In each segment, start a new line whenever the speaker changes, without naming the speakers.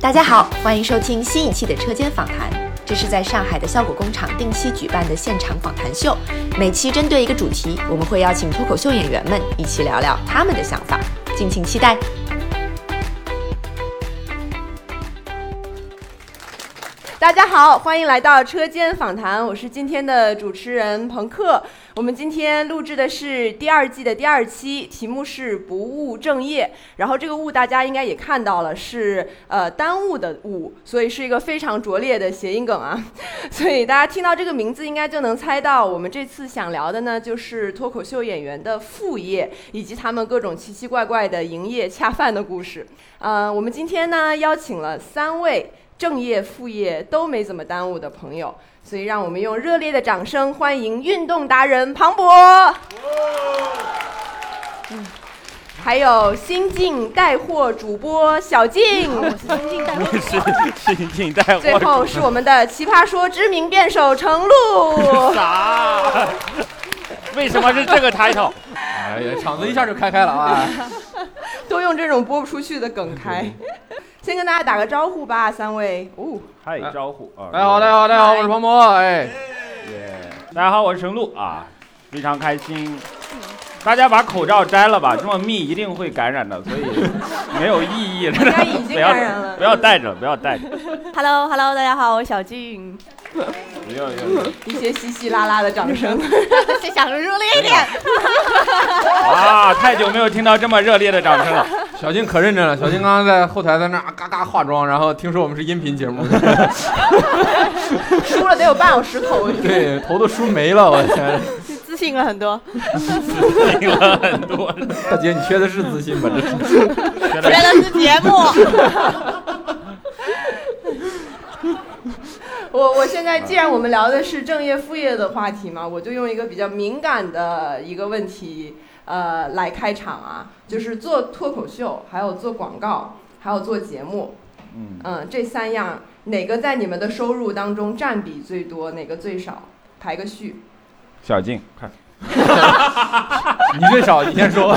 大家好，欢迎收听新一期的车间访谈。这是在上海的效果工厂定期举办的现场访谈秀，每期针对一个主题，我们会邀请脱口秀演员们一起聊聊他们的想法，敬请期待。
大家好，欢迎来到车间访谈，我是今天的主持人朋克。我们今天录制的是第二季的第二期，题目是“不务正业”。然后这个“务”大家应该也看到了，是呃耽误的“误”，所以是一个非常拙劣的谐音梗啊。 所以大家听到这个名字，应该就能猜到我们这次想聊的呢，就是脱口秀演员的副业以及他们各种奇奇怪怪的营业恰饭的故事。呃，我们今天呢邀请了三位。正业、副业都没怎么耽误的朋友，所以让我们用热烈的掌声欢迎运动达人庞博，嗯还有新晋带货主播小 静，
是是请带货。
最后是我们的奇葩说知名辩手程 璐。
啥？为什么是这个 title？
哎呀，场子一下就开开了啊！
都用这种播不出去的梗开。先跟大家打个招呼吧，三位。哦，
嗨，招呼啊！
大家哎好，大家好，大家好，我是庞博。哎，
大家好，我是程璐啊，非常开心。大家把口罩摘了吧，这么密一定会感染的，所以没有意义了。
应该已经
不要
感染了
不要戴着，不要戴着。
Hello Hello，大家好，我是小静，
不要不要
一些稀稀拉拉的掌 声。
这想着 热烈一点。
啊！太久没有听到这么热烈的掌声 了。
小静可认真了，小静刚刚在后台在那儿啊嘎嘎化妆，然后听说我们是音频节目，
输了得有半小时头。
对，头都梳没了，我天！
自信了很多，
听了很多，
大姐，你缺的是自信吧？这是。
觉
觉
得
得是节目，
我我现在既然我们聊的是正业副业的话题嘛，我就用一个比较敏感的一个问题，呃，来开场啊，就是做脱口秀，还有做广告，还有做节目，
嗯，
嗯，这三样哪个在你们的收入当中占比最多，哪个最少？排个序。
小静，快，
你最少，你先说。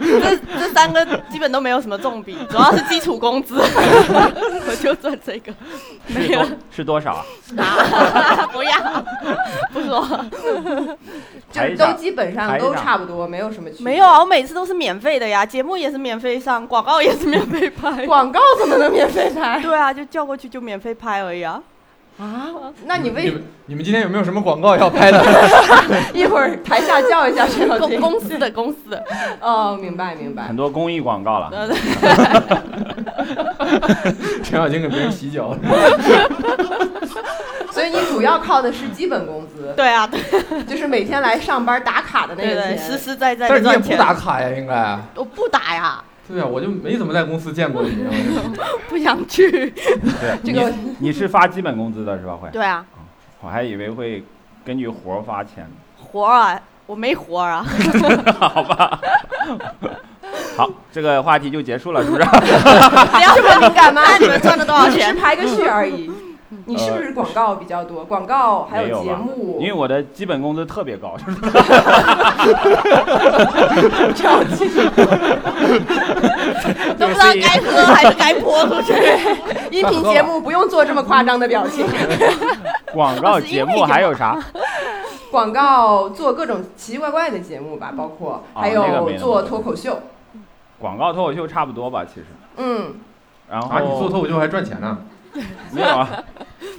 这这三个基本都没有什么重比，主要是基础工资， 我就赚这 个，没
是
有
多是多少啊？
不要，不说，
就
排
是
一下
都基本上
排一
都
下
差不多，没有什么区别。
没有啊，我每次都是免费的呀，节目也是免费上，广告也是免费拍。
广告怎么能免费拍
对啊，就叫过去就免费拍而已啊。
啊？ 那你
你
为
们你们今天有没有什么广告要拍的？
一会儿台下叫一下陈 小
公
金。
公司的公司的，
哦，明白明白
很。多公益广告了。
对对
陈小静给别人洗脚。
所以你主要靠的是基本工资，
对啊，对
就是每天来上班打卡的那
对
个
对，
钱。
实实在在
但是
的
你也
赚
不
钱。
打卡呀，应该。
我不打呀，
对啊呀，我就没怎么在公司见过你。哦
不想去。
对，
这个
你你是发基本工资的是吧？会，
对啊，
我还以为会根据活儿发钱呢。
活儿啊，我没活儿 啊。
好吧。好，这个话题就结束了，是不是？
不要这么敏感吗？那你们赚了多少
只是
钱？
排个序而已。你是不是广告比较多？广告 还
嗯呃没有吧
节目
因为，我的基本工资特别高，就是
都不知道该喝还是该泼出去。
音频节目不用做这么夸张的表情。
广告
哦
节目还有啥？
广告做各种奇奇怪怪的节目吧，包括
啊
还
那个没
有
那么
做
多
脱口秀。
广告脱口秀差不多吧，其实。
嗯，
然后、
啊，你做脱口秀还赚钱呢？
没有啊？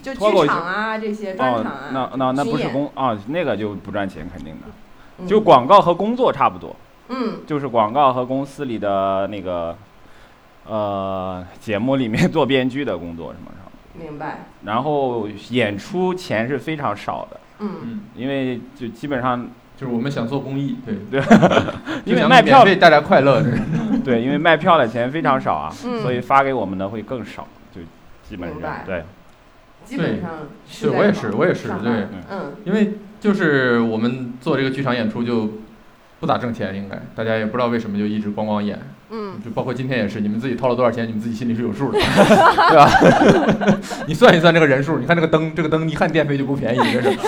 就
脱口
剧
秀
场啊这些专
哦
场啊，，
那那那不
巡
是
演
工啊，那个就不赚钱，肯定的。
嗯
就广告和工作差不多，
嗯
就是广告和公司里的那个呃节目里面做编剧的工作什么什么。
明白
然后演出钱是非常少的，
嗯
嗯，
因为就基本上
就是我们想做公益，对，
因
就
为
想
卖
免
票
费带来快乐。这是
对，因为卖票的钱非常少啊，
嗯
所以发给我们的会更少，就基本
明
上
白
对。
基本上是
对，
在
我也是，我也是，
上
对
班，嗯
因为就是我们做这个剧场演出就不咋挣钱，应该大家也不知道为什么就一直光光演，
嗯，
就包括今天也是，你们自己掏了多少钱，你们自己心里是有数的， 对吧？ 你算一算这个人数，你看这个灯，这个灯一看电费就不便宜，真是。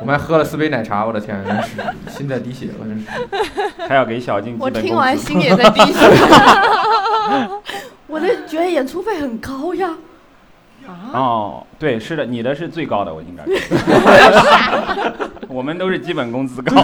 我们还喝了四杯奶茶，我的天，真是心在滴血了，真是。
还要给小静基
我
本
听
工
完
资，
心也在滴血。我的是觉得演出费很高呀。
哦，对，是的，你的是最高的，我应该是。我们都是基本工资高。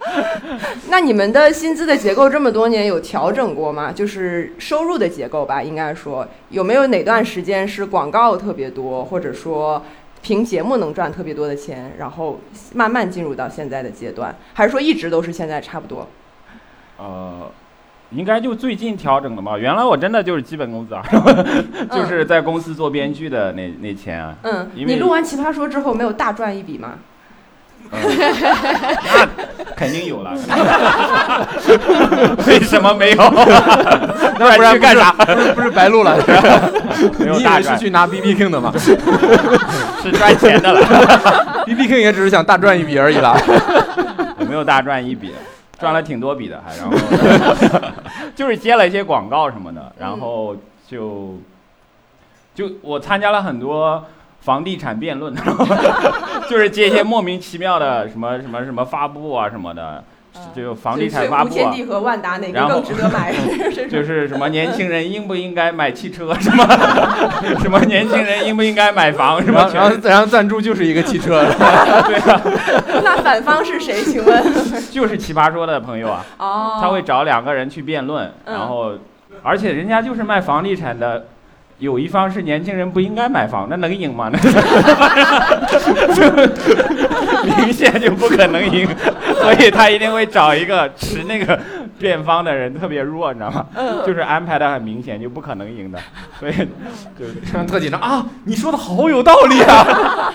那你们的薪资的结构这么多年有调整过吗？就是收入的结构吧，应该说有没有哪段时间是广告特别多，或者说凭节目能赚特别多的钱，然后慢慢进入到现在的阶段，还是说一直都是现在差不多？
呃，应该就最近调整的吧。原来我真的就是基本工资啊，就是在公司做编剧的那那钱啊。
嗯，
因为
你录完《奇葩说》之后没有大赚一笔吗？
嗯那肯定有了。 为什么没有？
那不然
去干啥？
不是不是白录了？
没有
你以
大
为是
赚，
去拿 B B King 的吗
是赚钱的了，
？B B King 也只是想大赚一笔而已啦。
有没有大赚一笔？赚了挺多笔的，还然后就是接了一些广告什么的，然后就就我参加了很多房地产辩论， 就是接一些莫名其妙的什么什么什么发布啊什么的，就房地产发布、
天
啊。
地和万达哪
然
个
后
更值得 买？
就是什么年轻人应不应该买汽车，什么 什么年轻人应不应该买房，什
然
么
后然后
全
然后赞助就是一个汽车，
对啊，
那反方是谁？请问？
就是奇葩说的朋友啊，
哦，
他会找两个人去辩论，
嗯
然后而且人家就是卖房地产的。有一方是年轻人不应该买房，那能赢吗？那 明显就不可能赢，所以他一定会找一个持那个辩方的人特别弱，你知道吗？
嗯
就是安排的很明显，就不可能赢的，所以就是
上特紧张啊！你说的好有道理啊！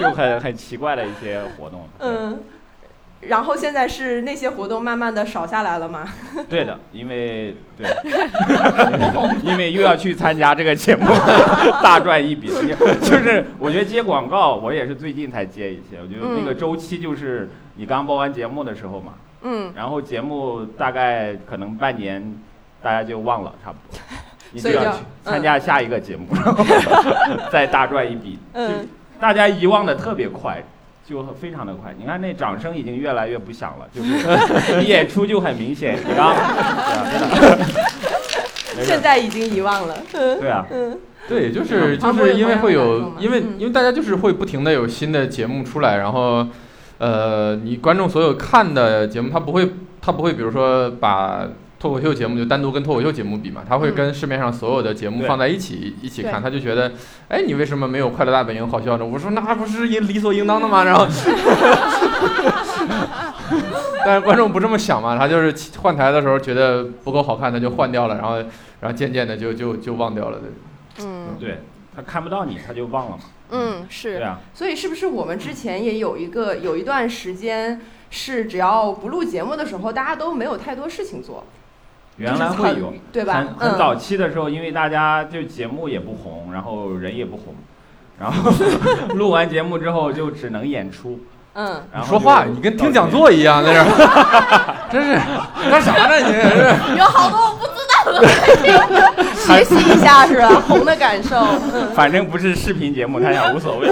就很很奇怪的一些活动。
嗯，然后现在是那些活动慢慢的少下来了吗？
对，对的，因为对，因为又要去参加这个节目， 大赚一笔。就是我觉得接广告，我也是最近才接一些。我觉得那个周期就是你刚播完节目的时候嘛，
嗯，
然后节目大概可能半年，大家就忘了差不 多。你
所
就
以
要
就
去参加下一个节目，然后 再大赚一笔。
嗯
就大家遗忘的特别快，就非常的快。你看那掌声已经越来越不响了，就是 你演出就很明显。你刚，对啊
现
真的
在已经遗忘了。
没事，对啊，
嗯
对，就是就
旁边
是因为
有观众
会有
嘛，
因为
嗯
因为大家就是会不停的有新的节目出来，然后呃，你观众所有看的节目，他不会他不会比如说把。脱口秀节目就单独跟脱口秀节目比嘛，他会跟市面上所有的节目
对
放在一起一起
对
看，他就觉得，哎，你为什么没有《快乐大本营》好笑呢？我说那不是应理所应当的吗？然后，但是观众不这么想嘛，他就是换台的时候觉得不够好看，他就换掉了，然后然后渐渐的就就就忘掉了。对
嗯
对他看不到你，他就忘了嘛。
嗯，
对
是。
啊，
所以是不是我们之前也有一个有一段时间是只要不录节目的时候，大家都没有太多事情做，
原来会有，
对吧
很？很早
嗯，
期的时候，因为大家就节目也不红，然后人也不红，然 后录完节目之后就只能演出。
嗯，
然
你
后
说
就
话，你跟听讲座一样在这儿， 真是干啥呢？你这是
有好多我不知道的，
学习一下是吧？红的感受，
反正不是视频节目，他想 无所谓。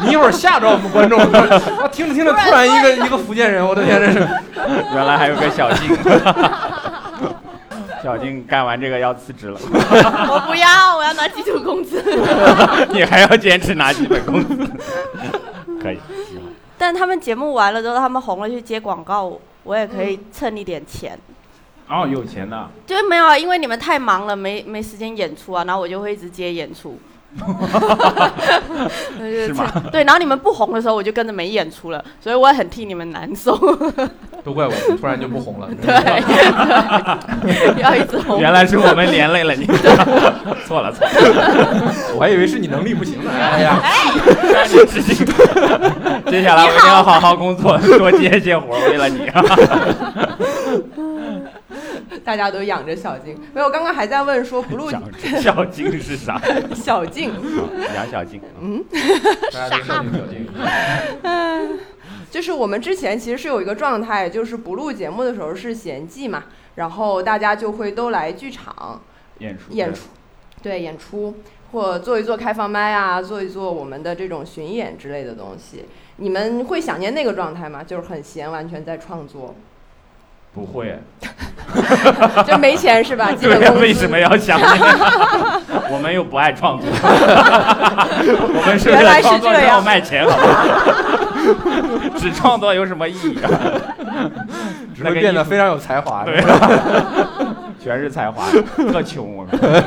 你一会儿吓着我们观众，我听着听着突然一个一个福建人，我的天，真是
原来还有个小 静，小静干完这个要辞职了，
我 不要，我要拿基础工资。
你还要坚持拿基本 工资，可以。
但他们节目完了之后，他们红了去接广告，我也可以蹭一点钱。
哦，有钱的，
就是没有啊，因为你们太忙了，没没时间演出啊，然后我就会一直接演 出。
是吗
对，然后你们不红的时候，我就跟着没演出了，所以我也很替你们难受。
都怪我，突然就不 红了。
对，要一直
哦
红。
原来是我们连累 了你，错了错了，
我还以为是你能力不行呢。 哎呀，
让你致敬。接下来我一定要好好工作，多接一些活，为了你啊。
大家都养着小静。没有，刚刚还在问说不 录
小小静 是啥？
小静，
杨小静，
嗯
大家都小心小心。
就是我们之前其实是有一个状态，就是不录节目的时候是闲季嘛，然后大家就会都来剧场
演出
演出，
嗯
对演出或做一做开放麦啊，做一做我们的这种巡演之类的东西。你们会想念那个状态吗？就是很闲，完全在创作。
不会，
就没钱是 吧？基本
对呀，
工资
为什么要 想念？我们又不爱创作，我们是为
原
了
来是
创作
这
之后
样
卖钱，好吧？ 只创作有什么意义 啊？
只 会变得非常有才华。
对，全是才华，特穷。我说，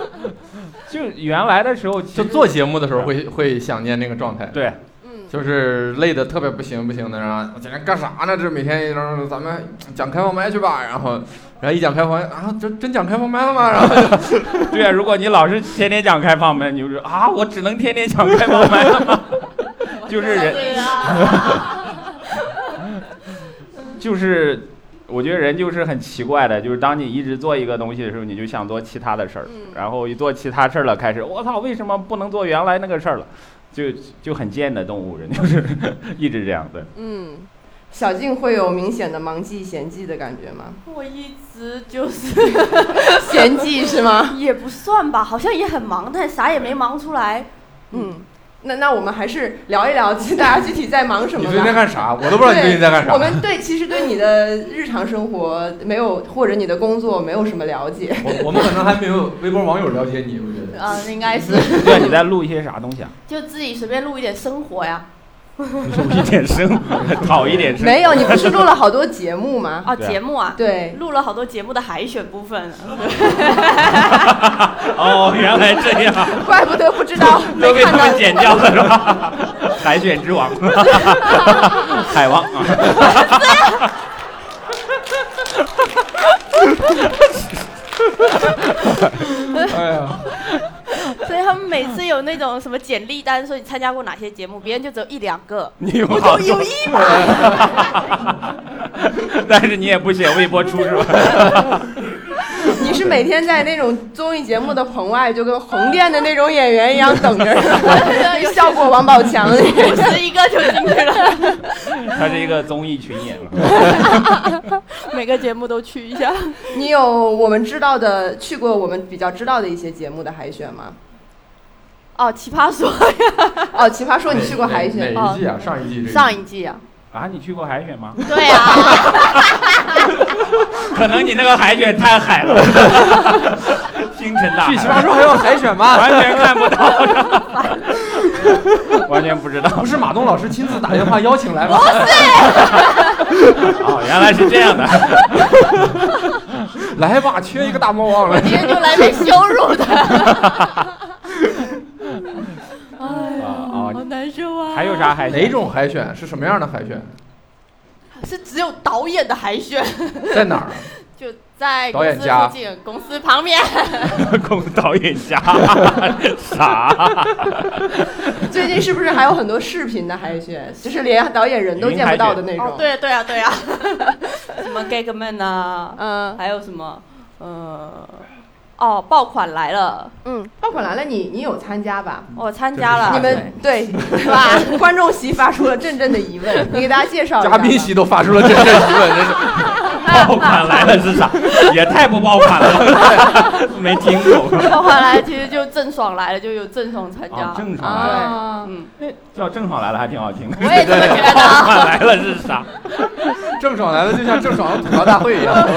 就原来的时候，
就做节目的时候会会想念那个状态，
对，
嗯，
就是累的特别不行不行的，然后我今天干啥呢？这每天然后咱们讲开放麦去吧，然后然后一讲开放麦啊，真真讲开放麦了吗？ 然后就
对啊，如果你老是天天讲开放麦，你就说啊，我只能天天讲开放麦了 吗？就是人，
对啊，
就是我觉得人就是很奇怪的，就是当你一直做一个东西的时候，你就想做其他的事儿，
嗯
然后一做其他事儿了，开始我操，为什么不能做原来那个事儿了？就就很贱的动物，人就是 一直这样的。
嗯，小静会有明显的忙季闲季的感觉 吗？
我一直就是
闲季是吗？
也不算吧，好像也很忙，但啥也没忙出来。
嗯，那那我们还是聊一聊， 大家具体在忙什
你
么
最近在
吧。
干啥？我都不知道你最近在干啥。
我们对其实对你的日常生活没有，或者你的工作没有什么了 解。
我我们可能还没有微博网友了解你，我觉得。
啊，应该是
对啊，你在录一些啥东西啊？
就自己随便录一点生活呀。
录一点声，讨一点声。
没有，你 不是录了好多节目吗？
啊，
对啊
节目啊，
对，
录了好多节目的海选部分，
哦，原来这样，
怪不得不知道，没
都被
看
他
到
们剪掉了是吧？ 海选之王， 海王啊！
哎呀，
所以他们每次有那种什么简历单，说你参加过哪些节目，别人就只有一两个。
你有
我
好
就
多
有，一把，
但是你也不写微博出是吧？
你是每天在那种综艺节目的棚外，就跟横店的那种演员一样等着， 就效果王宝强那种。
五十一个就进去了，
他是一个综艺群演嘛。
每个节目都去一下。
你有我们知道的去过我们比较知道的一些节目的海选吗？
哦，奇葩说
哦，奇葩说你去过海选
哪
吗？
哪一季啊？上一季这个
上一季啊，
啊，你去过海选吗？
对啊，
可能你那个海选太海 了，星辰大
去奇葩
海，
说还要海 选吗？
完全看不到，完全不知道。
不是马东老师亲自打电话邀请来吗？
哦，原来是这样的。
来吧，缺一个大魔王来。
别人就来被羞辱的，
啊
好
啊，
难受啊。
还有啥海选？
哪种海选？是什么样的海 选？
是只有导演的海选，
在哪儿啊？
就在
导
公
演
司
家
附近，公司旁边。
公导演家， 啥？
最近是不是还有很多视频的海选，就是连导演人都见不到的那种？
哦，，对对啊对啊， 什么 Gagman 啊，
嗯
还有什么呃，哦，爆款来了，
嗯，爆款来了，你你有参加吧？
我参加
啊
了。
你们对是吧？ 观众席发出了阵阵的疑问，你给大家介绍一下吧
嘉宾席都发出了真正疑问，真是
爆款来了是啥？也太不爆款了， 没听过。
爆款来了其实就郑爽来了，就有郑爽参加。
啊，郑爽来了，
啊，
嗯，
那叫郑爽来了还挺好听的。
我也这么 觉
爆
得。
款来了是啥？
郑爽来了，就像郑爽的吐槽大会 一样。我
爆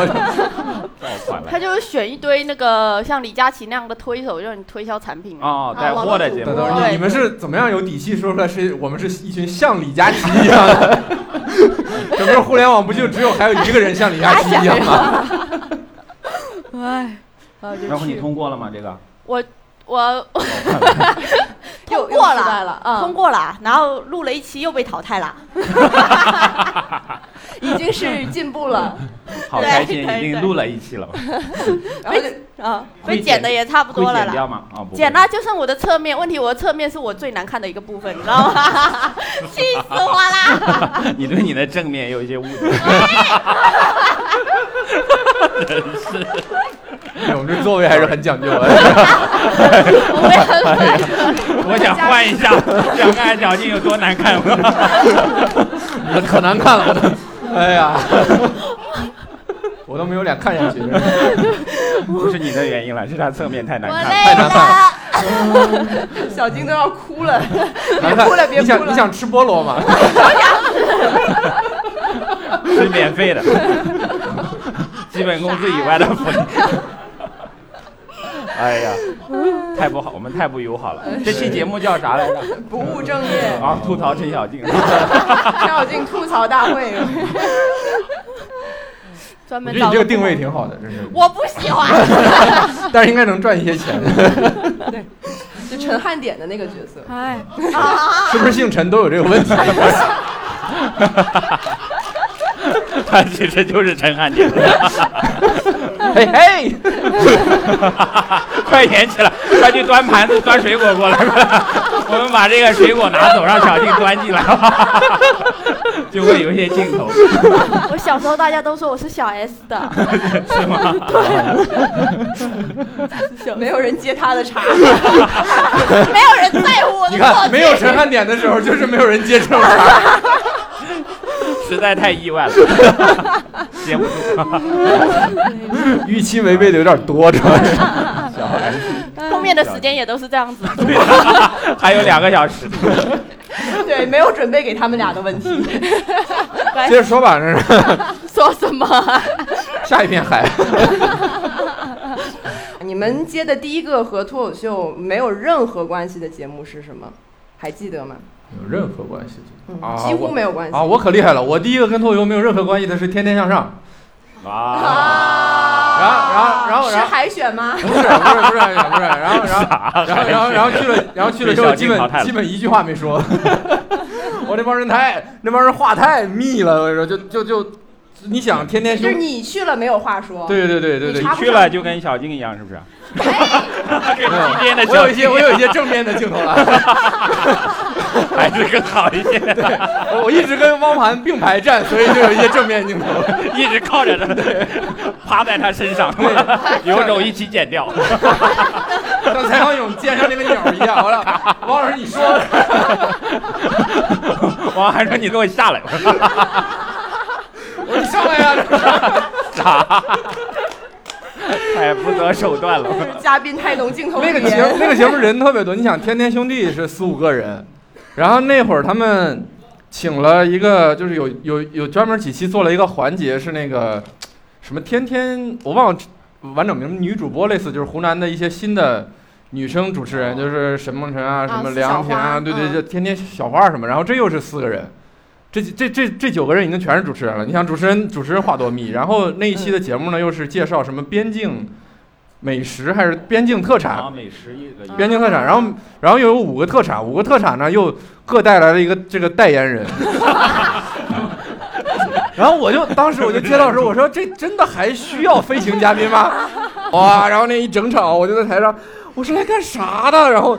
款来
他
了。
就是选一堆那个像李佳琦那样的推手，让你推销产品。
哦，带货的节
等
目，
等，
对
你你们是怎么样有底气说出来是我们是一群像李佳琦一样 的？整个互联网不就只有还有一个人像李佳琦一样 吗？
哎，然后就
然后你
去。
通过了吗？这个
我 我
又
通过
又失败
了，
了嗯
通过了，然后录了一期又被淘汰了。
已经是进步了，
好开心，已经录了一期了，
然后就
啊，
会
被剪的也差不
会
多了
剪掉
啦。
吗？啊，不会
剪啦，。就剩我的侧面。问题我的侧面是我最难看的一个部分，你知道吗？气死我啦！
你对你的正面有一些误 解，
哎我们这座位还是很讲究的。
我也很快乐。
我想换一 下，想看小静有多难看。
我可难看了，我都，哎呀， 我都没有脸看下去，真是
不是你的原因了，是他侧面太难
我
看了。
累了，
小金都要哭 了，别
难
哭了，
看。
别哭
你想你
了。
想吃菠萝吗？
是免费的，基本工资以外的福利。哎呀，太不好，我们太不友好了。
哎
这期节目叫啥来着？
不务正业，
啊，吐槽陈小静。
跳进吐槽大 会。
我
专门
觉得
找
你这个定位挺好的，真是。
我不喜欢。
但是应该能赚一些钱，
就陈汉典的那个角色，
哎，
啊
是不是姓陈都有这个问题？
他其实就是陈汉 典。
嘿嘿，
快点起来，快去端盘子、端水果过来，快来！ 我们把这个水果拿走，让小静端进来， 就会有一些镜头，
我小时候大家都说我是小 S 的，
是吗？
没有人接他的茬。
没有人在乎我的
你
作
看
品。
没有陈汉典的时候，就是没有人接这种茬。
实在太意外了，接不住。
预期违背的有点多，主要是。小孩子
嗯后面的时间也都是这样子。
对，还有两个小时，
对，没有准备给他们俩的问题。 哎
接着说吧，这是
说什么？
下一片海。
你们接的第一个和脱口秀没有任何关系的节目是什么？还记得吗？
有任何关系？
嗯
啊，
几乎
我
没有关系
啊！我可厉害了，我第一个跟脱口秀没有任何关系的是《天天向上
哇，》，
啊然后，然后，然后，
是
然后。
海选吗？
不是不是不是不是，然后然后然后然后然后然后去了，然后去了之后，基
被小金淘汰
本
了
基本一句话没说。 我那帮人太那帮人话太密了，我跟你说，就就就，你想天天
就是
兄，
你去了没有话说。
对对对对对，
你
去了就跟小静一样，是不是？ 给今天的
我有
小
一些
静
我有一些正面的镜头了，
还是更好一些，
我我一直跟汪涵并排站，所以就有一些正面镜头。
一直靠着他，趴在他身上， 有种一起剪掉。
像蔡康永肩上那个鸟一样，完了，汪老师你说，
王涵说：“你给我下 来。”
我说你上来呀、
啥？太哎不择手段 了。
嘉宾太懂镜头语
那个
言。
节目那个节目人特别多，你想天天兄弟是四五个人，然后那会儿他们请了一个，就是有有有专门几期做了一个环节，是那个什么天天我忘了完整名女主播，类似就是湖南的一些新的。女生主持人就是沈梦辰啊，什么梁婷
小
啊，
花
对对，
嗯
就天天小花什么，然后这又是四个人，这几这这这九个人已经全是主持人了。你想主持人主持人话多密，然后那一
嗯
期的节目呢又是介绍什么边境美食还是边境特产，
美食一个
边境特产，然后然后又有五个特产，五个特产呢又各带来了一个这个代言人。然后我就当时我就接到的时候，我说这真的还需要飞行嘉宾吗？哇！然后那一整场，我就在台上，我是来干啥的？然后，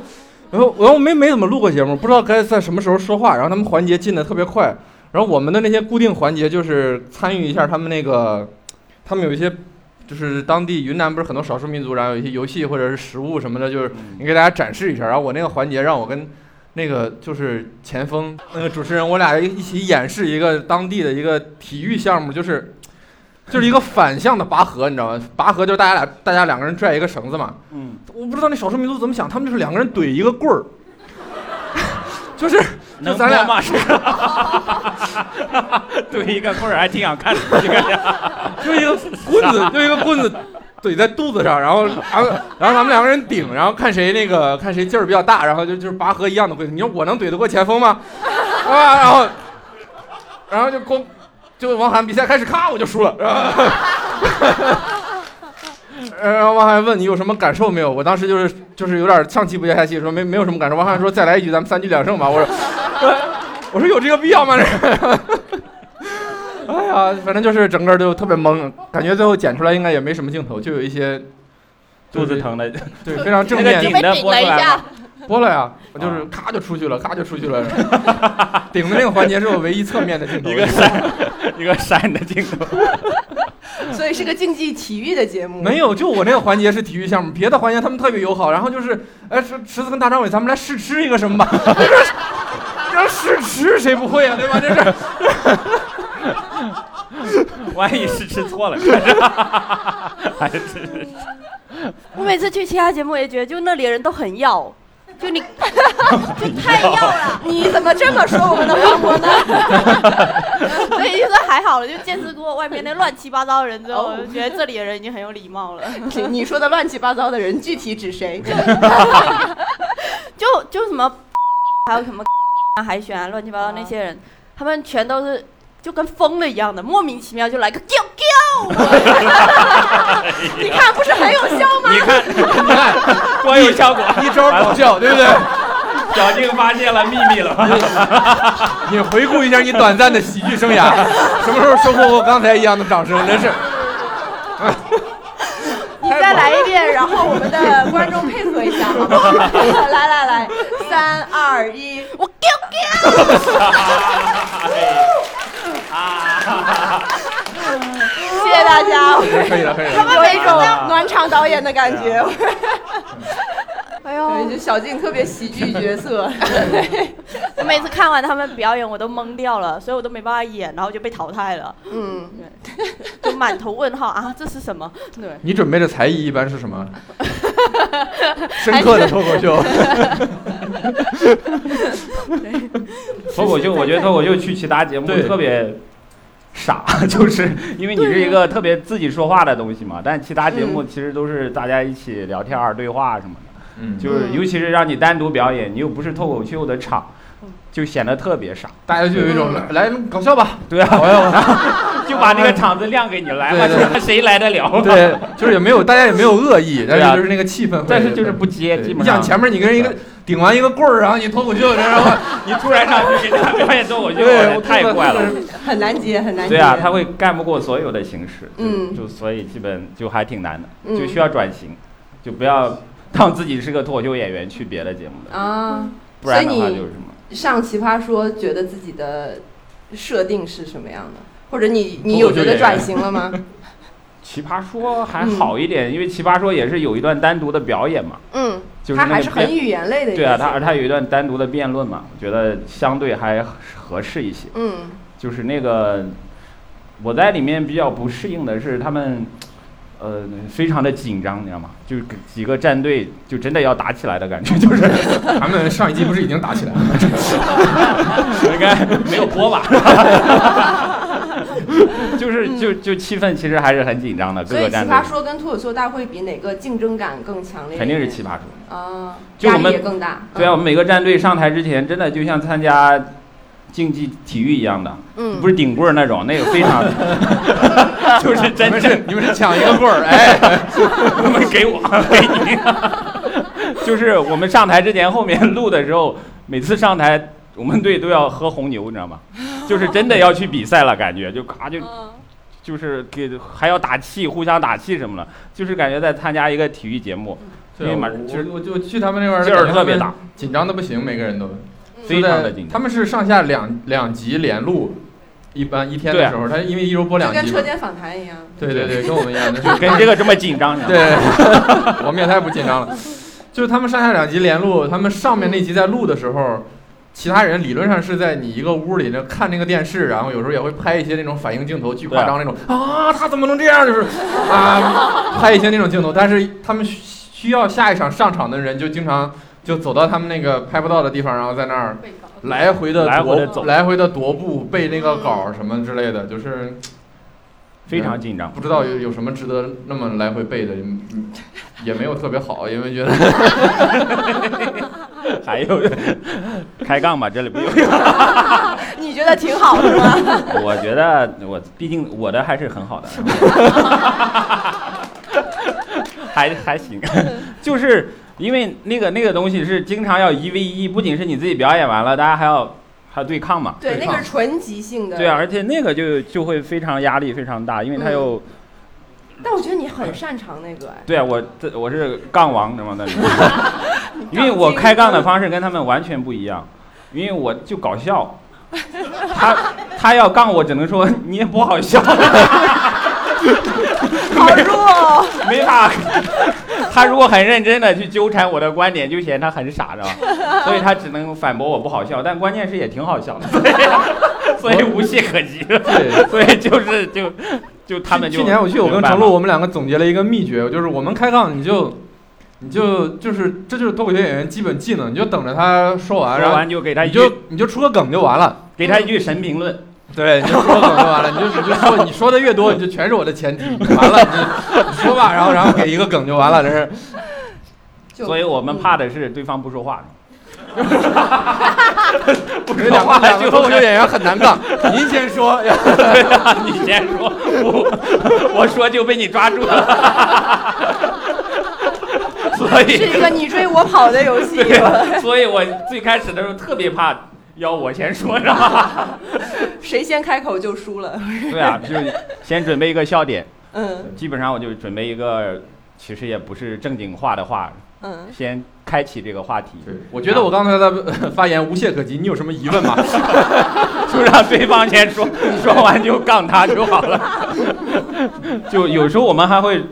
然后，然后没没怎么录过节目，不知道该在什么时候说话。然后他们环节进的特别快，然后我们的那些固定环节就是参与一下他们那个，他们有一些就是当地云南不是很多少数民族，然后有一些游戏或者是食物什么的，就是你给大家展示一下。然后我那个环节让我跟那个就是前锋那个主持人，我俩一起演示一个当地的一个体育项目，就是就是一个反向的拔河，你知道吗？拔河就是大家俩大家两个人拽一个绳子嘛。
嗯，
我不知道那少数民族怎么想，他们就是两个人怼一个棍儿， 就是就
能
咱
播
俩
吗？是，对一个棍儿还挺想看的，这个
就一个棍子，就一个棍子怼在肚子上，然后，然后，然后咱们两个人顶，然后看谁那个看谁劲儿比较大，然后就就是拔河一样的棍子。你说我能怼得过前锋吗？啊，然后，然后就光就王涵比赛开始，咔我就输了。 然后王涵问你有什么感受没有？我当时就是就是有点上气不接下气，说没没有什么感受。王涵说再来一局，咱们三局两胜吧。我说， 我说有这个必要吗？ 哎呀，反正就是整个就特别懵，感觉最后剪出来应该也没什么镜头，就有一些
肚子，疼的，
就是对，非常正
那个
面
就
顶
被
的
顶
播
了
出
一
来
下
吗？，
播了
啊
呀，我就是咔就出去了，咔就出去 了。顶的那个环节是我唯一侧面的镜头，
一个闪，一个闪的镜头，
所以是个竞技体育的节目。
没有，就我那个环节是体育项目，别的环节他们特别友好。然后就是，哎，池池子跟大张伟，咱们来试吃一个什么吧？ 这试吃谁不会啊？对吧？这 是
万一是吃 错了，还是 吃
我每次去其他节目也觉得，就那里的人都很 要，啊就你就太要了，
你怎么这么说我们的韩国呢？
所以就说还好了，就见识过外面那乱七八糟的人之后，
哦
我就觉得这里的人已经很有礼貌了。
你说的乱七八糟的人具体指 谁？
就就什么， 还有什么 啊海选啊，乱七八糟那些人，他们全都是就跟疯了一样的，莫名其妙就来个 “go go”，你看不是很有效吗？
你看，
你 看
多有效果！
一招搞笑，对不对？
小静发现了秘密了。
你回顾一下你短暂的喜剧生涯，什么时候收获过刚才一样的掌声？真是，
你再来一遍，然后我们的观众配合一下，好不好？ 来来来，三二一，
我 “go go”，
谢谢大家。
可以了，可以
他
了。
们有一种暖场导演的感觉。
啊
哎呦，就小静特别喜剧角 色，
我每次看完他们表演，我都懵掉了，所以我都没办法演，然后就被淘汰了，
嗯，
就满头问号啊，这是什么？对，
你准备的才艺一般是 什么？深刻的脱口秀，
脱口秀，我觉得脱口秀去其他节目
对
特别傻， 就是因为你是一个特别自己说话的东西嘛，但其他节目其实都是大家一起聊天儿、对话什么的，
嗯， 就
就是尤其是让你单独表演，你又不是脱口秀的场，就显得特别傻。
大家就有一种
嗯
来搞笑吧，
对啊，
搞笑吧，
就把那个场子亮给你来嘛，
对对
这 谁来得了啊？
对，就是也没有大家也没有恶意，但
对啊
是就是那个气氛会，
但是就是不接，
对
基
你
本上
想。前面你跟一个顶完一个棍儿，然后你脱口秀，然 后
你突然上去给他表演脱口秀，
对，我
太怪了。
很难接，很难接。
对啊，他会干不过所有的形式，就
嗯
就所以基本就还挺难的，
嗯
就需要转型，就不要 当自己是个脱口秀演员去别的节目了，
啊。
不然的
所
话
以你
就是什么
上奇葩说，觉得自己的设定是什么样的？或者你你有觉得转型了 吗？
奇葩说还好一点，因为奇葩说也是有一段单独的表演嘛，
嗯，
就是
他
那个
还是很
辩
语言类的一
对
个节目。
啊，他而他有一段单独的辩论嘛，我觉得相对还合适一些。
嗯
就是那个我在里面比较不适应的是他们，呃，非常的紧张，你知道吗？就是几个战队就真的要打起来的感觉， 就是
他们上一季不是已经打起来了 吗？
应该 没有播吧？就是就就气氛其实还是很紧张的，各
所以
个
奇
战队
葩说跟脱口秀大会比，哪个竞争感更强烈一点？
肯定是奇葩说。
啊，
就
压
我
力
们
也更大。
对啊，我们每个战队上台之前，真的就像参加竞技体育一样的，
嗯，
不是顶棍儿那种，那个非常， 就是
你
真
们
正
是你们是抢一个棍 儿，哎，
他们给我，给你。 就是我们上台之前，后面录的时候，每次上台，我们队都要喝红牛，你知道吗？就是真的要去比赛了，感觉就咔就就是给还要打气，互相打气什么的，就是感觉在参加一个体育节目，因为马上就是
我我就去他们那边儿，
劲儿特别大，
紧张的不行，每个人都
非常的紧
他
张。
们是上下两两集连录，一般一天的时候，他因为一周播
就
两
跟
集
车
嘛，
间访谈一样。
对对对，跟我们一样的，
跟这个这么紧张，你知道吗
对， 我们也太不紧张了。就是他们上下两集连录，他们上面那集在录的时候，其他人理论上是在你一个屋里那看那个电视，然后有时候也会拍一些那种反应镜头，巨夸张那种啊，他怎么能这样？就是啊，拍一些那种镜头。但是他们需需要下一场上场的人，就经常就走到他们那个拍不到的地方，然后在那儿来回的
来回地
踱
走
来回的踱步，背那个稿儿什么之类的，就是
非常紧张。
不知道有有什么值得那么来回背的，嗯嗯也没有特别好，因为觉得
还有 开杠吧，这里不有。
你觉得挺好是吗？
我觉得我毕竟我的还是很好的，还还行，就是因为那个那个东西是经常要一 v 一，不仅是你自己表演完了，大家还要还要 对抗嘛。
对，
对
那个是纯即兴的。
对啊，而且那个就就会非常压力非常大，因为他又、
但我觉得你很擅长那个哎。
对啊，我这我是杠王，你知道吗？那 里，因为我开杠的方式跟他们完全不一样，因为我就搞笑， 他他要杠我，只能说你也不好笑。
好弱哦！
没法。他如果很认真的去纠缠我的观点，就显得他很傻，知道 吧？所以他只能反驳我不好笑，但关键是也挺好笑的，所以所以无懈可击了。
对。
所以就是就就他们就
去年我去，我
没有
跟
办
程
法
璐，我们两个总结了一个秘诀，就是我们开杠你就你就就是这就是脱口秀演员基本技能，你就等着他说完，
说
然后
完就给他一
你
句
就你就出个梗就完了。
给他一句神评论，
对，你就说总就完了，你就你就 说你说的越多，你就全是我的前提，完了你就你说吧，然后然后给一个梗就完了，真是
就
所以我们怕的是对方不说话。不
这
说
两
话
个两个
就
脱口秀演员很难杠。您先说，呀
对啊，你先说，我我说就被你抓住了， 所
是一
以
个你追我跑的游戏。
对啊，所以我最开始的时候特别怕要我先说，知道吗？
谁先开口就输了。
对啊，就先准备一个笑点，
嗯
基本上我就准备一个，其实也不是正经话的话，
嗯，
先开启这个话题，
对我觉得我刚才的呃发言无懈可击，你有什么疑问吗？
就让对方先 说，说完就杠他就好了。 就有时候我们还会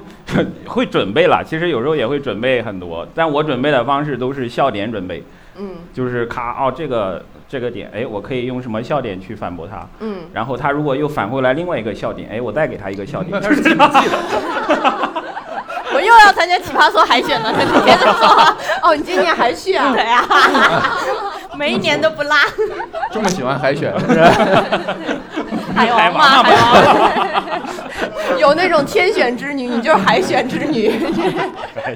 会准备了，其实有时候也会准备很多，但我准备的方式都是笑点准备，
嗯
就是咔哦这个这个点，哎，我可以用什么笑点去反驳他，
嗯，
然后他如果又反过来另外一个笑点，哎，我再给他一个笑点
那，是记不记 得？
我又要参加奇葩说海选了，你接着说。哦，你今年还 去啊？对啊，每一年都不落。
这么喜欢 海选，
海王
海王
嘛，
嘛
海王。
有那种天选之女，你就是海选之女。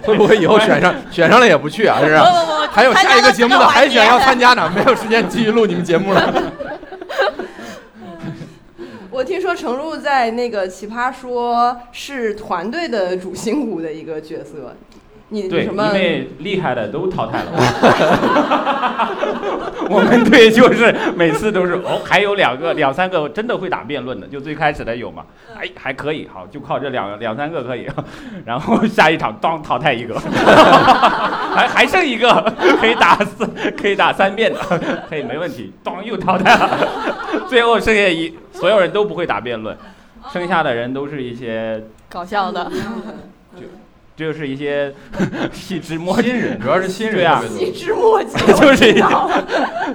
会不会以后 选上选上了也不去啊？是不是？
哦
不不
还有下一个节目的海选要参加呢， 没有时间继续录你们节目了。
我听说程璐在那个《奇葩说》是团队的主心骨的一个角色，你
对，
什么
因？为厉害的都淘 汰了。我们队就是每次都是哦，还有两个、两三个真的会打辩论的，就最开始的有嘛，
嗯
哎，还可以，好，就靠这两两三个可以，然后下一场当淘汰一个， 还还剩一个可以打四，可以打三遍的，可以没问题，当又淘汰了，最后剩下一所有人都不会打辩论，剩下的人都是一些
搞笑的，
就是一些 细枝末节
新人 主要是新
对
人
啊，
特别多
细枝末节
就是一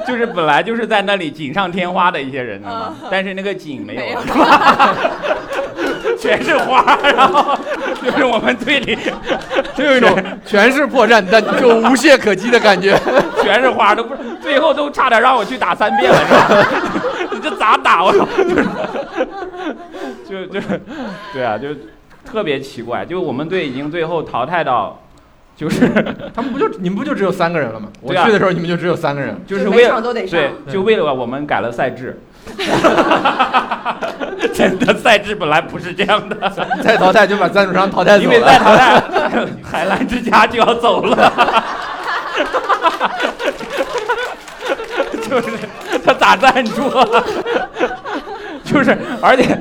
就是本来就是在那里锦上添花的一些人呢嘛，但是那个锦嗯没有了， 全是花，然后就是我们队里
就有 一种
啊
全是破绽，但就无懈可击的感觉。
全是花，都不是，最后都差点让我去打三遍了，是吧？ 你这咋打？我操，就是就就是，对啊，就特别奇怪，就我们队已经最后淘汰到，就是
他们不就你们不就只有三个人了吗？我
对啊
去的时候你们就只有三个人，
就是
每
为
场
了
都得上
对。，就为了我们改了赛 制。 真的赛制本来不是这样的，
再淘汰就把赞助商淘汰走
因为再
了。
淘汰， 海澜之家就要走了。就是他打赞助啊， 就是而且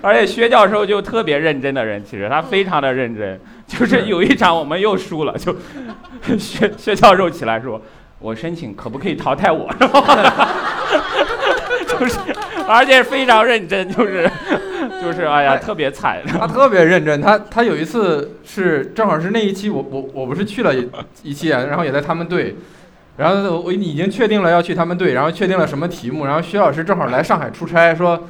而且薛教授就特别认真的人，其实他非常的认真。就是有一场我们又输了，就薛薛教授起来说：“我申请可不可以淘汰我？” 然后就是而且非常认真，就是就是哎呀，特别惨。
他特别认真，他他有一次是正好是那一期我我我不是去了一一期啊，然后也在他们队，然后我已经确定了要去他们队，然后确定了什么题目，然后薛老师正好来上海出差，说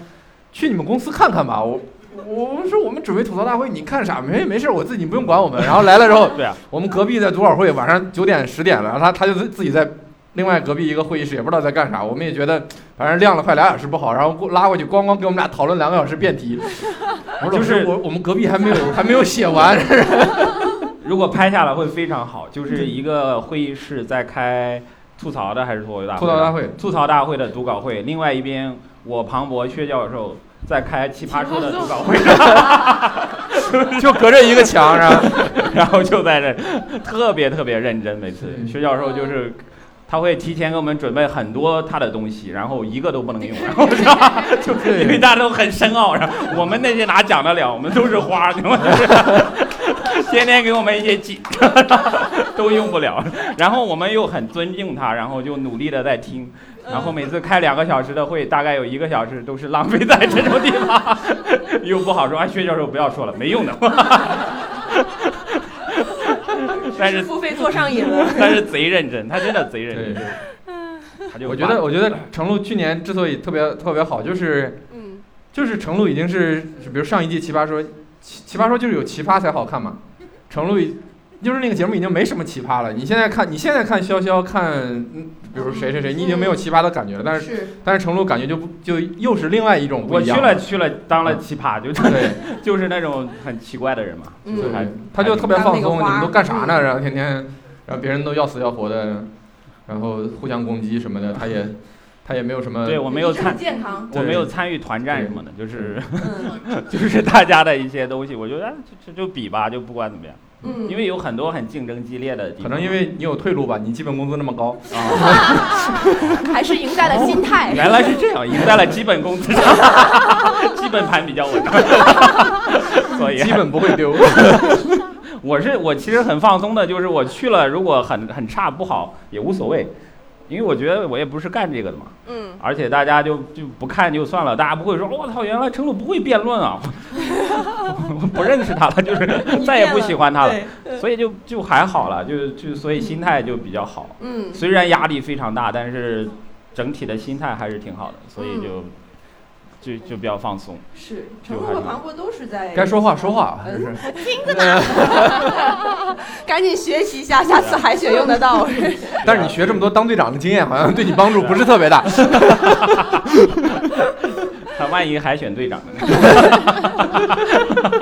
去你们公司看看吧，我。我我说我们准备吐槽大会，你看啥？没没事，我自己不用管我们。然后来了之后，
对啊，
我们隔壁在读稿会，晚上九点十点了，然后他他就自自己在另外隔壁一个会议室，也不知道在干啥。我们也觉得反正晾了快俩小时不好，然后过拉过去，咣咣给我们俩讨论两个小时辩题。我说
就
老
是
师，我我们隔壁还没有还没有写完，
如果拍下来会非常好，就是一个会议室在开吐槽的还是吐槽大会？
吐槽大会，
吐槽大会的读稿会，另外一边我庞博、薛教授在开 奇葩说的读稿会，
就隔着一个墙，然后
然后就在这特别特别认真，每次
嗯
薛教授 就是。他会提前给我们准备很多他的东西，然后一个都不能 用，然后是吧？ 就因为大家都很深奥，然后我们那些哪讲得了？我们都是花，你们 就是天天给我们一些技， 都用不了。然后我们又很尊敬他，然后就努力的在听，然后每次开两个小时的会，大概有一个小时都是浪费在这种地方， 又不好说。哎，薛教授不要说了，没用的。 但
是
是
付费坐上瘾了。
但是贼认真，他真的贼认真
对。。
他就
我觉得，我觉得程璐去年之所以特别特别好，就是
嗯
就是程璐已经是，比如上一季奇葩说，奇奇葩说就是有奇葩才好看嘛。程璐就是那个节目已经没什么奇葩了。你现在看，你现在看潇潇看，嗯，比如谁谁谁，你已经没有奇葩的感觉了。但是
是
但是程璐感觉就不就又是另外一种不
我
一
去
样。嗯
了去了，当了奇葩，就
对，
就是那种很奇怪的人嘛，
嗯
就还
对， 他就特别放松，
还有那个
你
花
们都干啥呢？然后天天，然后别人都要死要活的，然后互相攻击什么的，他也他也没有什么
对我没有参
很健康，
我
嗯对
没有参与团战什么的，就是
嗯
就是大家的一些东西，我觉得哎就就就比吧，就不管怎么样，
嗯，
因为有很多很竞争激烈的地方，哦
可能因为你有退路吧，你基本工资那么高，
还是赢在了心态。
原哦来是这样，赢在了基本工资上， 基本盘比较稳， 所以
基本不会 丢。
我是我其实很放松的，就是我去了，如果很很差不好也无所谓，因为我觉得我也不是干这个的嘛，
嗯，
而且大家就就不看就算了，大家不会说我操，原来程璐不会辩论啊， 我不认识他了，就是 再也不喜欢他了，
对，
所以就就还好了，就就所以心态就比较好，
嗯
虽然压力非常大，但是整体的心态还是挺好的，所
嗯
以就就就比较放松。
是，程璐和庞博都是在
该说话说话，啊就是
嗯
赶紧学习一下，下次海选用得 到。
啊
但是你学这么多当队长的经验，好像对你帮助不是特别大。
啊 他万一海选队长呢？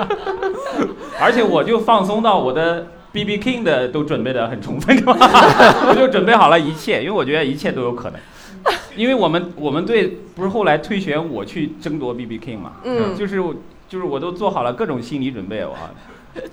而且我就放松到我的 B B King 的都准备的很充分，我就准备好了一切，因为我觉得一切都有可能。因为我们我们队不是后来推选我去争夺 B B King 嘛，
嗯
就是我就是我都做好了各种心理准备，我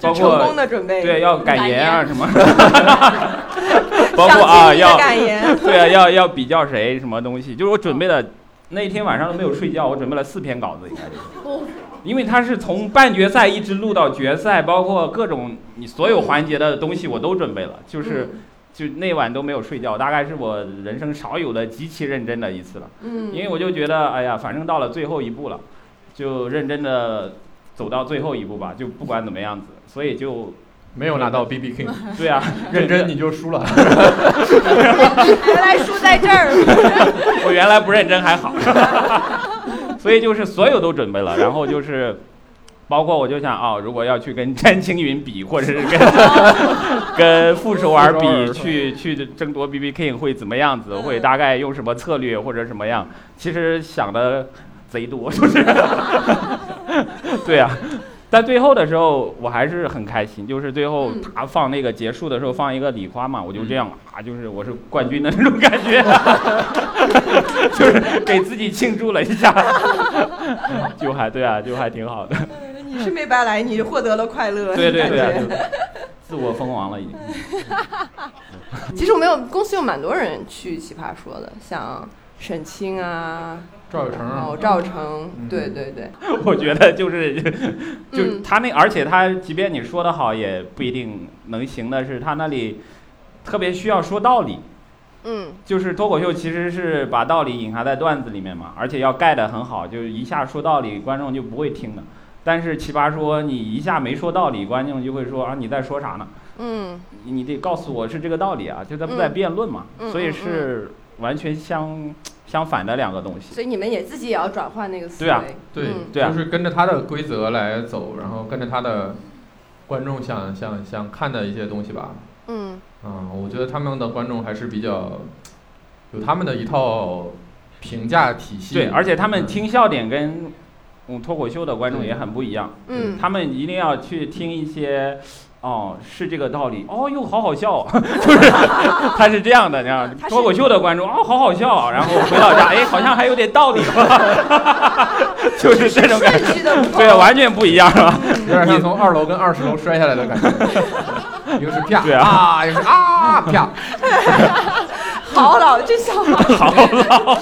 包
成功
括
的准备，
对，要
感
感言啊
言
什么， 包括啊要
感 言，
对啊，要要比较谁什么东西，就是我准备的那一天晚上都没有睡觉，我准备了四篇稿子，应该就是，因为他是从半决赛一直录到决赛，包括各种你所有环节的东西我都准备了，就是
嗯
就那晚都没有睡觉，大概是我人生少有的极其认真的一次了，
嗯，
因为我就觉得哎呀，反正到了最后一步了，就认真的走到最后一步吧，就不管怎么样子，所以就
没有拿到 B B King，
对啊，
认真你就输了。
原哎来输在这儿，
我原来不认真还好， 所以就是所有都准备了，然后就是包括我就想啊、如果要去跟詹青云比，或者是跟跟傅首尔
傅首尔
比，去去争夺 B B King 会怎么样
嗯
子？会大概用什么策略或者什么样？其实想的贼多，就是 对啊。但最后的时候，我还是很开心，就是最后
嗯
他放那个结束的时候放一个礼花嘛，我就这样啊，就是我是冠军的那种感觉， 就是给自己庆祝了一下， 就还对啊，就还挺 好的。
你是没白来，你获得了快乐，
对对对啊、
感觉
就自我封王了已经。啊
其实我们有公司有蛮多人去奇葩说的，像沈清啊，
赵有成
然
啊
哦
后，赵成，
嗯
对对对，
我觉得就是，就
嗯
他那，而且他即便你说的好，也不一定能行的是，他那里特别需要说道理。
嗯
就是脱口秀其实是把道理隐含在段子里面嘛，而且要盖得很好，就是一下说道理，观众就不会听的。但是奇葩说你一下没说道理，观众就会说啊你在说啥呢？
嗯
你你得告诉我是这个道理啊，就咱们在
嗯
辩论嘛，
嗯
所以
嗯
是完全相相反的两个东西。
所以你们也自己也要转换那个思维，
对啊
对
嗯，
对啊
就是跟着他的规则来走，然后跟着他的观众想想想看的一些东西吧。
嗯
嗯，我觉得他们的观众还是比较有他们的一套评价体系。
对，而且他们
嗯
听笑点跟嗯脱口秀的观众也很不一样，
嗯，
他们一定要去听一些。哦，是这个道理。哦哟，好好笑哦， 就是他是这样的，你知道吗
他是
脱口秀的观众哦，好好笑哦，然后回到家，哎，好像还有点道理， 就是这种感觉，
顺序的不够
对，啊完全不一样了。
有点像从二楼跟二十楼摔下来的感觉，一个是啪
对
啊，一个是啊啪，
好老，这小孩
好 了，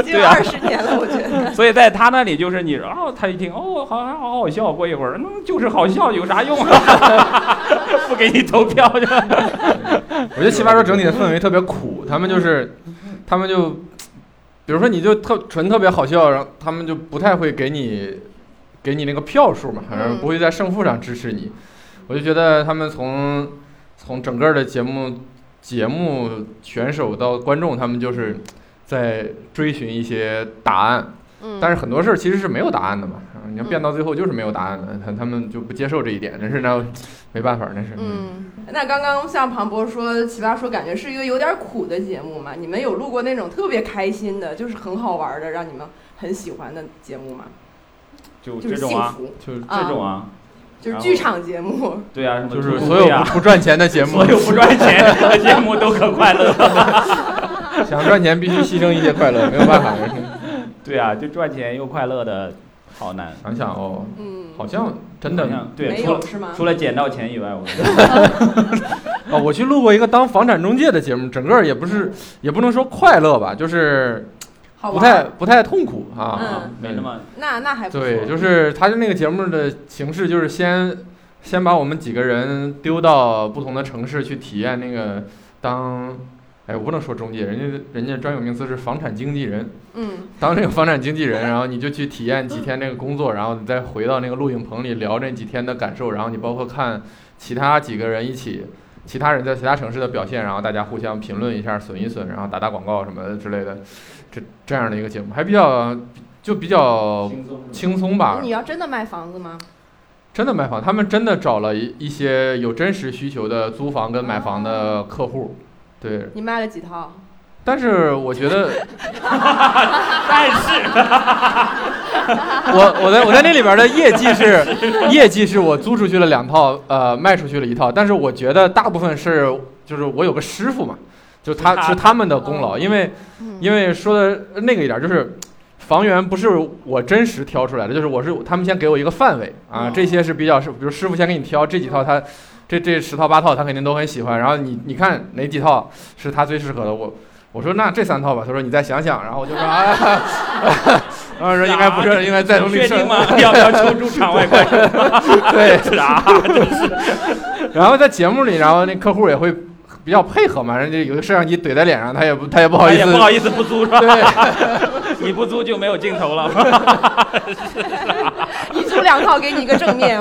已经
对啊
二十年了，我觉得，
所以在他那里就是你，哦，他一听，哦，好像好好笑。过一会儿，嗯，就是好笑，有啥用啊？ 不给你投票去。
我觉得奇葩说整体的氛围特别苦，他们就是，他们就，比如说你就特纯特别好笑，然后他们就不太会给你，给你那个票数嘛，然后不会在胜负上支持你。我就觉得他们从从整个的节目节目选手到观众，他们就是
嗯
在追寻一些答案，但是很多事儿其实是没有答案的嘛。嗯你要变到最后就是没有答案的，他他们就不接受这一点，真是那 没办法，那是。
嗯，那刚刚像庞博说，《奇葩说》感觉是一个有点苦的节目嘛？你们有录过那种特别开心的，就是很好玩的，让你们很喜欢的节目吗？
就
就
这
是
种
幸
啊，
福，
就是
这种啊，
就是
然后
剧场节目。
对啊，什么
就是
兔
所有
兔呀
不赚钱的节 目
所，有 不赚钱的节目都可快乐。
想赚钱必须牺牲一些快乐，没有办法。
对啊，就赚钱又快乐的，好难。
想想哦，
嗯，
好像真
好
的
像对，
没
除
有
了
是吗？
除了捡到钱以外，我觉得
哦，我去录过一个当房产中介的节目，整个也不是也不能说快乐吧，就是
好
不
玩
太不太痛苦啊
嗯，
没那么
那那还不错。
对，就是他的那个节目的形式，就是先先把我们几个人丢到不同的城市去体验那个当，哎，我不能说中介，人家人家专有名词是房产经纪人，
嗯
当这个房产经纪人，然后你就去体验几天这个工作，然后你再回到那个录影棚里聊这几天的感受，然后你包括看其他几个人一起。其他人在其他城市的表现，然后大家互相评论一下，损一损，然后打打广告什么之类的，这这样的一个节目还比较就比较
轻松。
轻松吧。
哦你要真的卖房子吗？
真的卖房，他们真的找了一一些有真实需求的租房跟买房的客户，对。
你卖了几套？
但是我觉得，
但是
我我在我在那里边的业绩是，业绩是我租出去了两套，呃，卖出去了一套。但是我觉得大部分是就是我有个师傅嘛，就他是他们的功劳，因为
嗯
因为说的那个一点就是。房源不是我真实挑出来的，就是我是他们先给我一个范围啊，
嗯
这些是比较是，比如师傅先给你挑这几套他，这这十套八套他肯定都很喜欢，然后你你看哪几套是他最适合的，我我说那这三套吧，他说你再想想，然后我就说啊， 然后说应该不是，应该再从
你
绿
确
色
定吗？要不要求助场外观 众？
对，
啥？
然后在节目里，然后那客户也会比较配合嘛，人家有个摄像机怼在脸上，他也不他也不好
哎
意
呀
思，
不好意思，不租是吧？
对。
你不租就没有镜头了。
一租两套给你一个正面。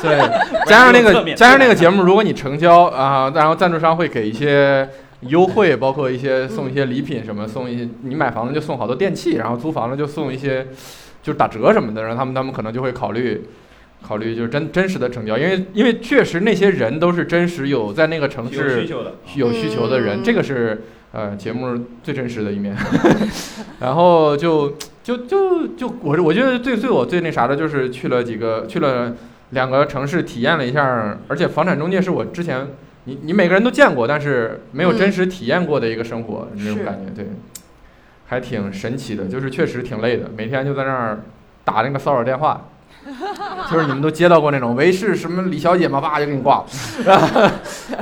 对， 加上那
侧
个
面
加上那个节目，如果你成交啊，然后赞助商会给一些优惠，包括一些送一些礼品什么，送一些你买房子就送好多电器，然后租房子就送一些就是打折什么的，然后他们他们可能就会考虑。考虑就是真真实的成交，因为因为确实那些人都是真实有在那个城
有需
市
求的，
有需求的人，
嗯
这个是呃节目最真实的一面。 然后就就就就我是我觉得最最我最那啥的就是去了几个去了两个城市体验了一下，而且房产中介是我之前你你每个人都见过，但是没有
嗯
真实体验过的一个生活，那
是
种感觉对，还挺神奇的，就是确实挺累的，每天就在那儿打那个骚扰电话。 就是你们都接到过那种，喂是什么李小姐吗？叭就给你 挂了。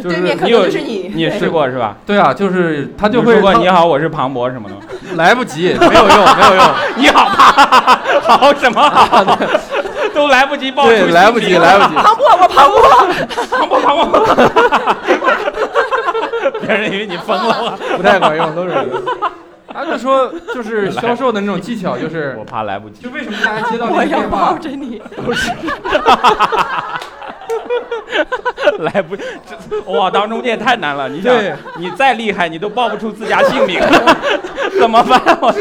就是
对面可
你
能
有
就是你。
你试过是吧？
对啊，就是他就
你
会
说啊过
他
你好，我是庞博什么的吗。
来不及，没 有用，没有用，
你好，好好什么好？ 都来不及报出
对，来不及，来不及。
庞博，我庞博。
庞博，庞博。 别人以为你疯了，
不太管用，都是一个。他就说， 就是销售的那种技巧，就是
我怕来不及
就。为什么大家接到那个电话，
着你，
来不，这哇，当中介太难了。你想
对，
你再厉害，你都报不出自家姓名，怎么办？我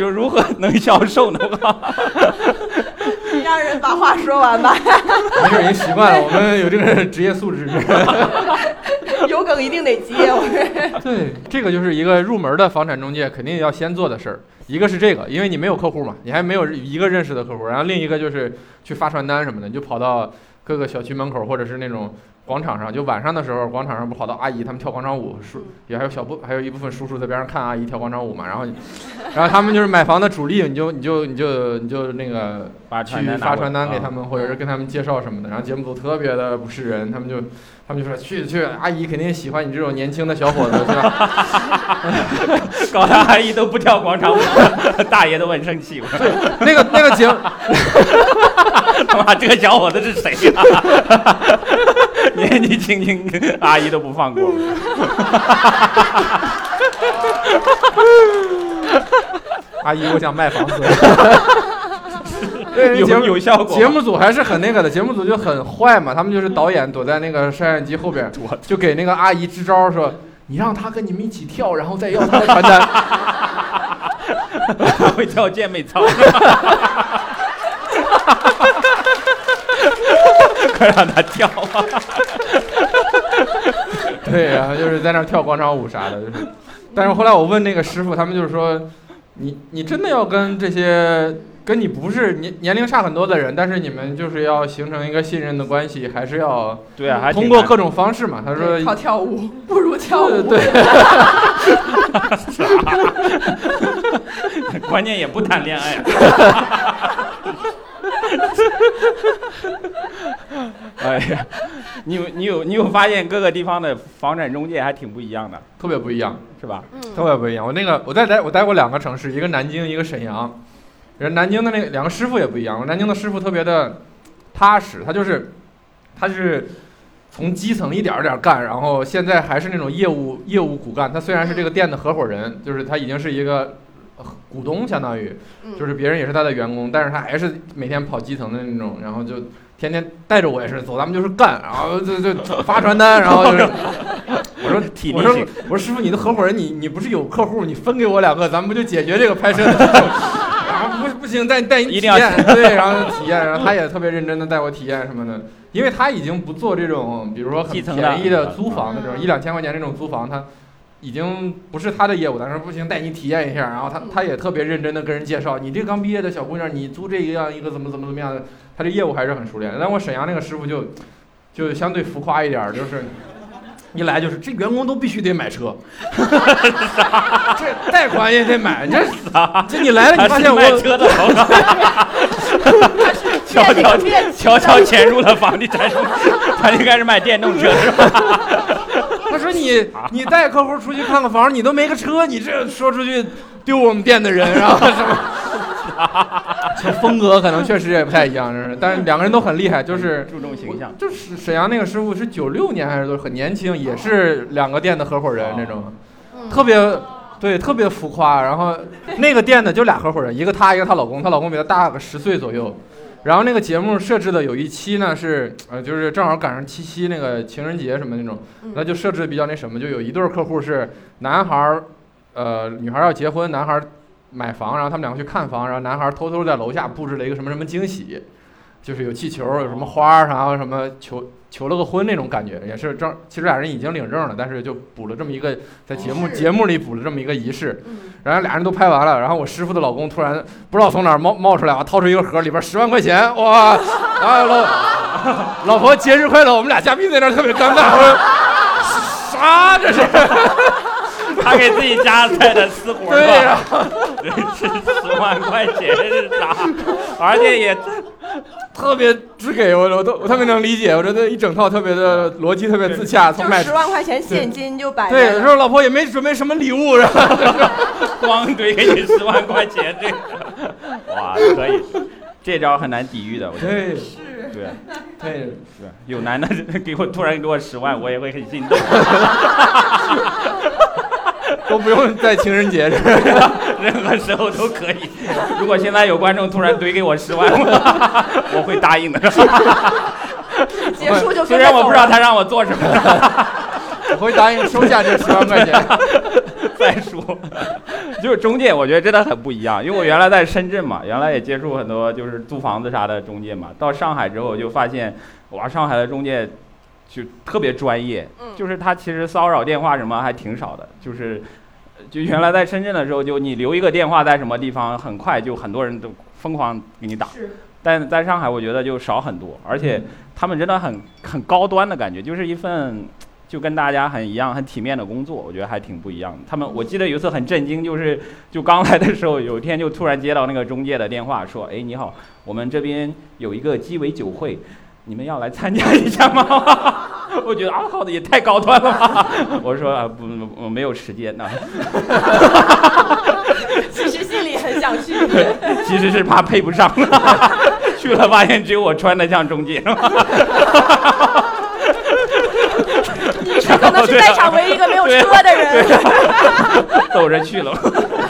就如何能销售呢？
让人把话说完吧，
没事，已经习惯了，我们有这个职业素质。
有梗一定得接。我是
对，这个就是一个入门的房产中介肯定要先做的事儿。一个是这个，因为你没有客户嘛，你还没有一个认识的客户，然后另一个就是去发传单什么的，你就跑到各个小区门口或者是那种广场上，就晚上的时候，广场上不好多阿姨她们跳广场舞，叔也还有小部还有一部分叔叔在边上看阿姨跳广场舞嘛，然后你然后他们就是买房的主力，你就你就你就你就那个
把
去发传单给
啊
他们，或者是跟他们介绍什么的。然后节目组特别的不是人，他们就他们就说去去，阿姨肯定喜欢你这种年轻的小伙子，是吧？
搞得阿姨都不跳广场舞， 大爷都很生气。我
那个那个节目，
他妈这个小伙子是谁呀、 年纪轻轻，阿姨都不放过。
阿姨，我想 卖房子。
有
节目
有效果吗
节目组还是很那个的，节目组就很坏嘛，他们就是导演躲在那个摄像机后边，就给那个阿姨支招说。你让她跟你们一起跳，然后再要她的传单。
会跳健美操，快让他跳吧！
对然后就是在那儿跳广场舞啥的，就是。但是后来我问那个师傅，他们就是说，你你真的要跟这些跟你不是年年龄差很多的人，但是你们就是要形成一个信任的关系，还是要
对啊，还挺
通过
难
各种方式嘛。他说，
靠跳舞不如跳
对
舞。
对，
关键也不谈恋爱啊。 哎呀，你有你有你有发现各个地方的房产中介还挺不一样的，
特别不一样，
是吧？
嗯
特别不一样。我那个我在待我待过两个城市，一个南京，一个沈阳。人南京的那个两个师傅也不一样，我南京的师傅特别的踏实，他就是他是从基层一点儿点儿干，然后现在还是那种业务业务骨干。他虽然是这个店的合伙人，就是他已经是一个呃股东，相当于
嗯
就是别人也是他的员工，但是他还是每天跑基层的那种，然后就天天带着我也是走，咱们就是干，然后就就发传单，然后就是我说
体
我
力
说
型
我说师傅，你的合伙人你你不是有客户，你分给我两个，咱们不就解决这个拍摄的事情？ 然后不不行，带带你
一
体
定要
验，对，然后体验，然后他也特别认真的带我体验什么的，因为他已经不做这种，比如说很
基层的嗯
便宜的租房的这种一两千块钱这种租房，他已经不是他的业务，但是不行，带你体验一下，然后他他也特别认真的跟人介绍，你这刚毕业的小姑娘，你租这一样一个怎么怎么怎么样的，他这业务还是很熟练的。但我沈阳那个师傅就就相对浮夸一点儿，就是。一来就是这员工都必须得买车， 这贷款也得买，这 这哎你来了，
他是
你发现我
卖车的头脑，悄悄悄悄潜入了房地产市场，他就开始买电动车，是吧？
他说你你带客户出去看个房，你都没个车，你这说出去丢我们店的人，然后 什 么？就风格可能确实也不太一样，就是，但是两个人都很厉害，就是
注重形象。
就是沈阳那个师傅是九六年还是多少很年轻，也是两个店的合伙人那
哦
种，特别对特别浮夸。然后那个店的就俩合伙人，一个她一个她老公，她老公比她大个十岁左右。然后那个节目设置的有一期呢是呃就是正好赶上七夕那个情人节什么那种，那就设置的比较那什么，就有一对儿客户是男孩儿，呃女孩儿要结婚，男孩儿买房，然后他们两个去看房，然后男孩儿偷偷在楼下布置了一个什么什么惊喜。就是有气球，有什么花儿，然后什么求求了个婚那种感觉，也是正。其实俩人已经领证了，但是就补了这么一个在节目
仪式
节目里补了这么一个仪式，
嗯
然后俩人都拍完了，然后我师傅的老公突然不知道从哪儿冒冒出来啊，掏出一个盒，里边十万块钱，哇！啊老老婆节日快乐，我们俩嘉宾在那儿特别尴尬，我说啥这是？
他给自己家带的私活
对
是
呀、
吧？是十万块钱是啥？而且也
特别只给我，我都我特别能理解，我觉得一整套特别的逻辑特别自洽，从
就
买
十万块钱现金就摆
对，
在
有时
那儿
候老婆也没准备什么礼物，然后
光怼给你十万块钱，这个哇可以，这招很难抵御的，我觉得
对
对。
对，
对，有男的给我突然给我十万，我也会很心动。
都不用在情人节这儿。
任何时候都可以。如果现在有观众突然怼给我十万，我 我会答应的。
结束就
虽
跟
然
着
我
走
不知道
了。
他让我做什么，
我会答应收下这十万块钱。
再说。 就是中介，我觉得真的很不一样，因为我原来在深圳嘛，原来也接触很多就是租房子啥的中介嘛。到上海之后就发现，哇，上海的中介就特别专业，
嗯
就是他其实骚扰电话什么还挺少的，就是就原来在深圳的时候，就你留一个电话在什么地方，很快就很多人都疯狂给你打。
是
但在上海，我觉得就少很多，而且他们真的很很高端的感觉，就是一份就跟大家很一样、很体面的工作，我觉得还挺不一样的。他们我记得有一次很震惊，就是就刚来的时候，有一天就突然接到那个中介的电话，说：“哎，你好，我们这边有一个鸡尾酒会，你们要来参加一下吗？” 我觉得啊，好的，也太高端了吧！我说啊，不，不我没有时间呢、啊
其实心里很想去，
其实是怕配不上，去了发现只有我穿的像中介。
这可能是在场唯一一个没有车的人。
走着去了，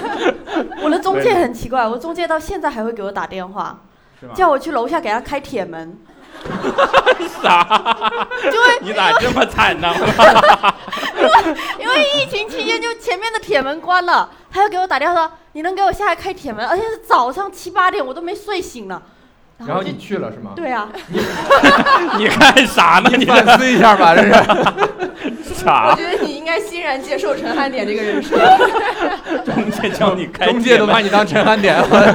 我的中介很奇怪，我中介到现在还会给我打电话，
是吗？
叫我去楼下给他开铁门，
啥？
就会
你咋这么惨呢？
因为疫情期间就前面的铁门关了，他又给我打电话说你能给我下来开铁门，而且是早上七八点，我都没睡醒呢。
然后你去了是吗？
对啊，
你看啥呢？你这
反思一下吧，这是。
我
啊
啥？
觉得你应该欣然接受陈汉典这个人设。
中介叫你 开
中介
铁门
都把你当陈汉典了，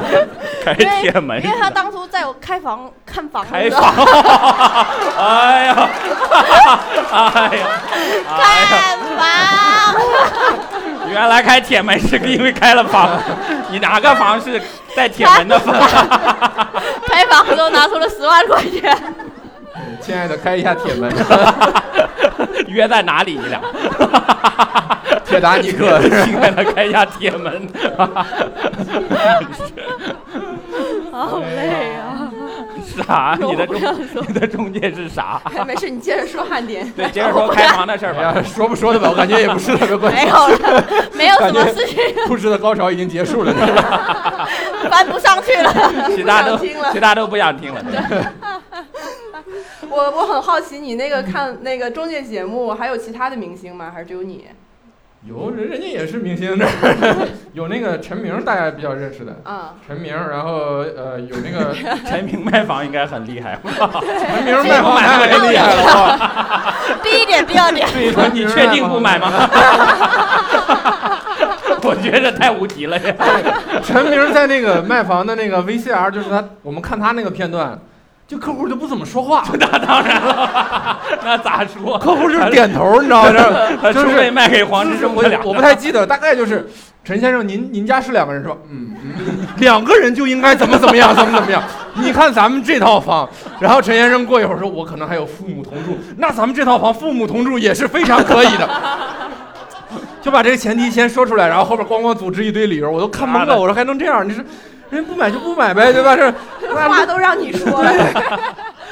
开
因为
铁门
因为他当初在我开房看房
开
的时候，
房，哎呀， 哎呀，哎呀，
看房，
原来开铁门是因为开了 房，你哪个房是带铁门的房？
开房的时候拿出了十万块钱，
亲爱的，开一下铁 门，
约在哪里？你俩？
铁达 尼克
亲爱的，开一下铁门。
好累啊！
啥？你的中你的中介是啥？
哎没事，你接着说汉典。
对，接着说开房的事儿
哎
吧
呀，。说不说的吧，我感觉也不是特别 关
没
系。
有了，没有什么事情
故事的高潮已经结束了，这是
翻不上去了。
其他都
不想听了
其他都不想听了。
我我很好奇，你那个看那个中介节目，还有其他的明星吗？还是只有你？
有人人家也是明星，这 有那个陈明，大家比较认识的
啊、
陈明，然后呃有那个
陈明卖房应该很厉害吧，
陈明卖房卖的太厉害了，
第一点，第二 点，
对说你确定 不买吗？我觉着太无敌了呀！
陈明在那个卖房的那个 VCR，就是他，我们看他那个片段，就客户就不怎么说 话，
那当然了，那咋说？
客户就是点头，你知道吗？
他
这就
除非
是
卖给黄志
是
忠
我
他俩，
我不太记得，大概就是陈先生，您您家是两个人是吧？嗯，嗯 两个人就应该怎么怎么样，怎么怎么样。你看咱们这套房，然后陈先生过一会儿说，我可能还有父母同住，那咱们这套房父母同住也是非常可以的。就把这个前提先说出来，然后后边咣咣组织一堆理由，我都看懵
妈的
了。我说还能这样？你是人不买就不买呗，对吧？这那
话都让你说了，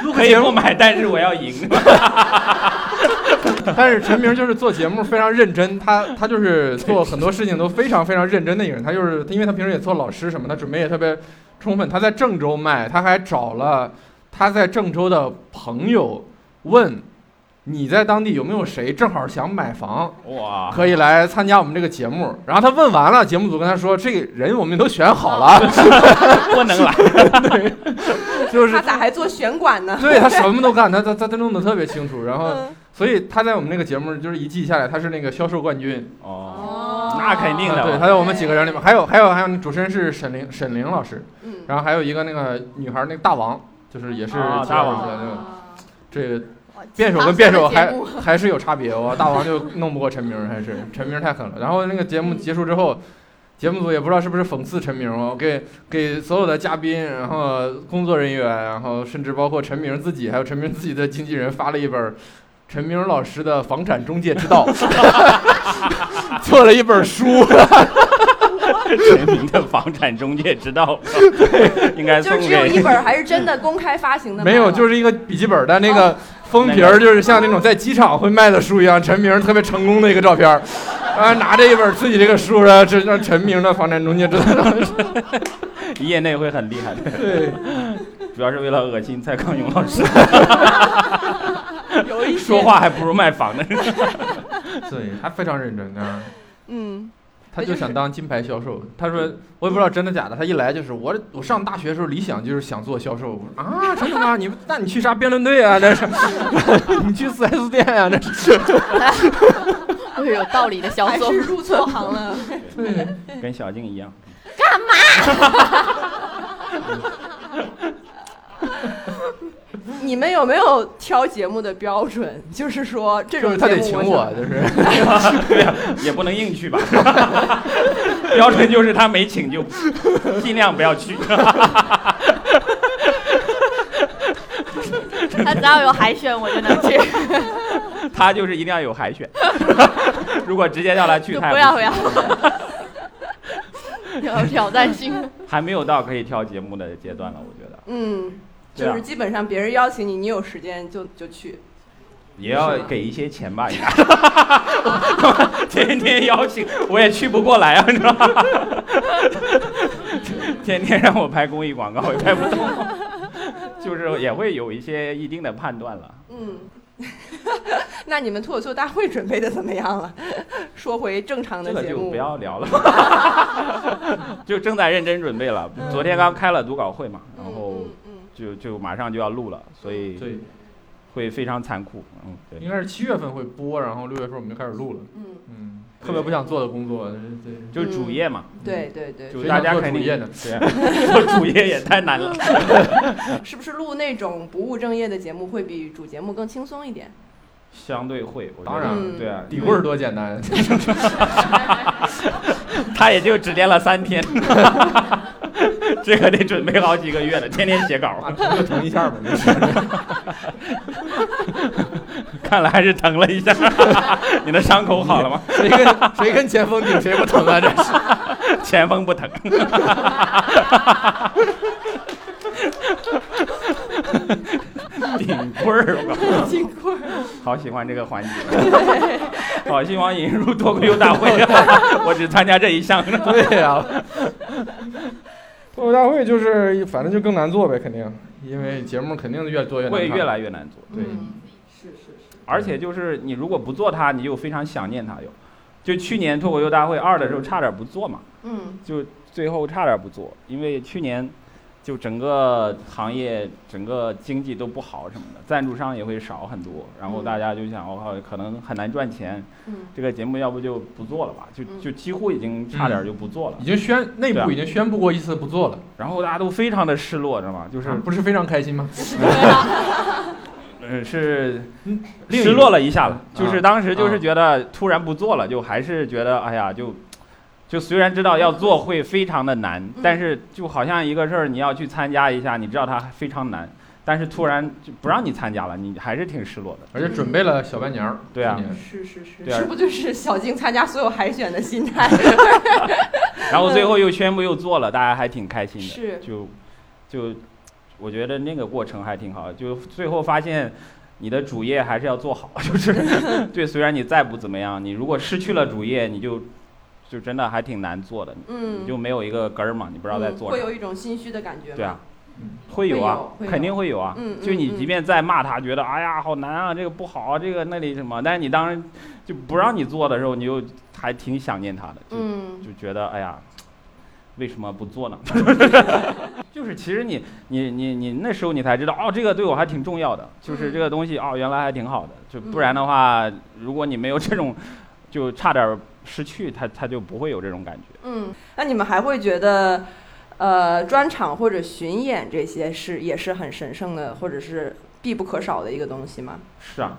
录个
可以
节
不
目，
买，但是我要赢。
但是陈明就是做节目非常认真，他他就是做很多事情都非常非常认真的一个人。他就是因为他平时也做老师什么的，准备也特别充分。他在郑州卖，他还找了他在郑州的朋友问。你在当地有没有谁正好想买房，
哇，
可以来参加我们这个节目？然后他问完了，节目组跟他说，这个人我们都选好了，
不能来，
就是
他咋还做选管呢？
对他什么都干，他他他他弄得特别清楚。然后，所以他在我们那个节目就是一季下来，他是那个销售冠军。
哦，
哦
那肯定
啊对，
的
他在我们几个人里面，还有还有还有，主持人是沈凌沈凌老师，
嗯，
然后还有一个那个女孩儿，那个大王，就是也是
啊
介
大
绍
王
出来的。
啊
这个
哦哇
辩手
其他
跟辩手
所有的节
还
目
还是有差别，哇，大王就弄不过陈明儿，还是陈明儿太狠了。然后那个节目结束之后。节目组也不知道是不是讽刺陈明儿，我给给所有的嘉宾，然后工作人员，然后甚至包括陈明儿自己，还有陈明儿自己的经纪人发了一本儿陈明儿老师的房产中介 之道，做了一本书，
全民的房产中介之道，应该
哎
就是
送
只有一
给
本还是真的公开发 行的吗？
没有，就是一个笔记本的那
哦
个封皮儿，就是像那种在机场会卖的书一样，陈明特别成功的一个照片儿。啊，拿着一本自己这个书啊，这让陈明的房产中介知道。
业内会很厉害的，
对，
主要是为了恶心蔡康永老师，
有一些
说话还不如卖房呢。
对他非常认真啊，
嗯，
他就想当金牌销售。他说，我也不知道真的假的，他一来就是我，我上大学的时候理想就是想做销售。我说啊，真的吗？你那你去啥辩论队啊？那是， 你去四 S 店啊？那是。
会有哎道理的 销
还
售
是，入错行 了。
对，
跟小静一样，
你们有没有挑节目的标准？就是说这
就
种
是他得
节
请
目
我，
想
就是。
也不能硬去吧。 标准就是他没请就尽量不要去。
他只要有海选我就能去，
他就是一定要有海选，如果直接叫他 去，
就
他也
不要不
去
要， 有挑战性。
还没有到可以挑节目的阶段了，我觉得
嗯，
对啊
就是基本上别人邀请你，你有时间就就去。
也要给一些钱吧，应该。 天天邀请我也去不过来啊，你知道吗？ 天天让我拍公益广告，我也拍不动， 就是也会有一些一定的判断了。
嗯， 那你们脱口秀大会准备的怎么样了？ 说回正常
这
的
个
节
就
目，
不要聊了， 就正在认真准备了。昨天刚开了读稿会嘛，然后
嗯嗯嗯嗯
就就马上就要录了，所以
对，
会非常残酷。嗯，对
应，该是七月份会播，然后六月份我们就开始录了。
嗯，
嗯，特别不想做的工作，对，
就主业 嘛，
嗯对对对，
就
谁
大
想
家
做
肯定
主业呢
对， 做主业也太难了。
是不是录那种不务正业的节目会比主节目更轻松一点？
相对会，我觉得
当然
了
对啊，
底棍儿多简 单。
他也就只练了三 天，这个得准备好几个月了，天天写稿，
就疼一下吧，没事。
看来还是疼了一下。 你的伤口好了吗？
谁跟谁跟前锋顶谁不疼啊？这是
前锋不 疼。顶棍儿，我靠！
金棍儿，
好喜欢这个环 节，好希望引入脱口秀大会，啊我只参加这一项。
对呀、 脱口大会就是，反正就更难做呗，肯定，因为节目肯定越做越 难
会
看，
越来越难做，
对
嗯，是是是，
而且就是你如果不做它，你就非常想念它。又，就去年脱口秀大会二的时候，差点不做嘛，
嗯
就最后差点不做，因为去年就整个行业、整个经济都不好什么的，赞助商也会少很多，然后
嗯
大家就想，我、靠，可能很难赚钱，
嗯
这个节目要不就不做了吧，就
嗯
就几乎已经差点就不做了
已。经宣内
啊
部已经宣布过一次不做了，
然后大家都非常的失落，知道吗？就是，
不是非常开心吗？
嗯，是
嗯另一
失落了一下了。
个
就是当时就
啊
是觉得突然不做了，就还是觉得哎呀，就就虽然知道要做会非常的难，但是就好像一个事儿你要去参加一下，你知道它非常难，但是突然就不让你参加了，你还是挺失落的。
而且准备了小半年儿，
对啊
今年
是是是，
对啊
这不就是小静参加所有海选的心 态？
然后最后又宣布又做了，大家还挺开心的。
是
就就我觉得那个过程还挺好，就最后发现你的主业还是要做好， 就是 对，虽然你再不怎么样，你如果失去了主业，你就就真的还挺难做的，
嗯
你，就没有一个根儿嘛，你不知道在
嗯
做
会
啥。
有一种心虚的感觉吗？
对啊
嗯，
会有啊，
会有会有
肯定会有啊。
嗯嗯
就你
嗯
即便再骂他，觉得哎呀好难啊，这个不好啊，这个那里什么，但是你当时就不让你做的时候，你就还挺想念他的。就
嗯
就觉得哎呀，为什么不做呢？ 就是其实你你你你那时候你才知道哦，这个对我还挺重要的，
嗯
就是这个东西哦，原来还挺好的。就不然的话，如果你没有这种， 就差点失去，它它就不会有这种感觉。
嗯，那你们还会觉得，呃，专场或者巡演这些是也是很神圣的，或者是必不可少的一个东西吗？
是啊，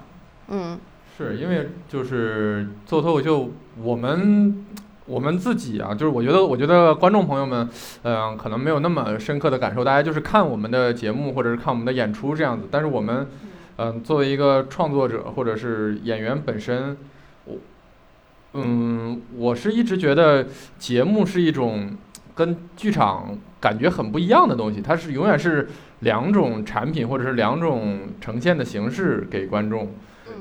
嗯
是因为就是做脱口秀，我们我们自己啊，就是我觉得我觉得观众朋友们，嗯、可能没有那么深刻的感受，大家就是看我们的节目或者是看我们的演出这样子，但是我们，嗯、作为一个创作者或者是演员本身，我，嗯，我是一直觉得节目是一种跟剧场感觉很不一样的东西，它是永远是两种产品或者是两种呈现的形式给观众。
嗯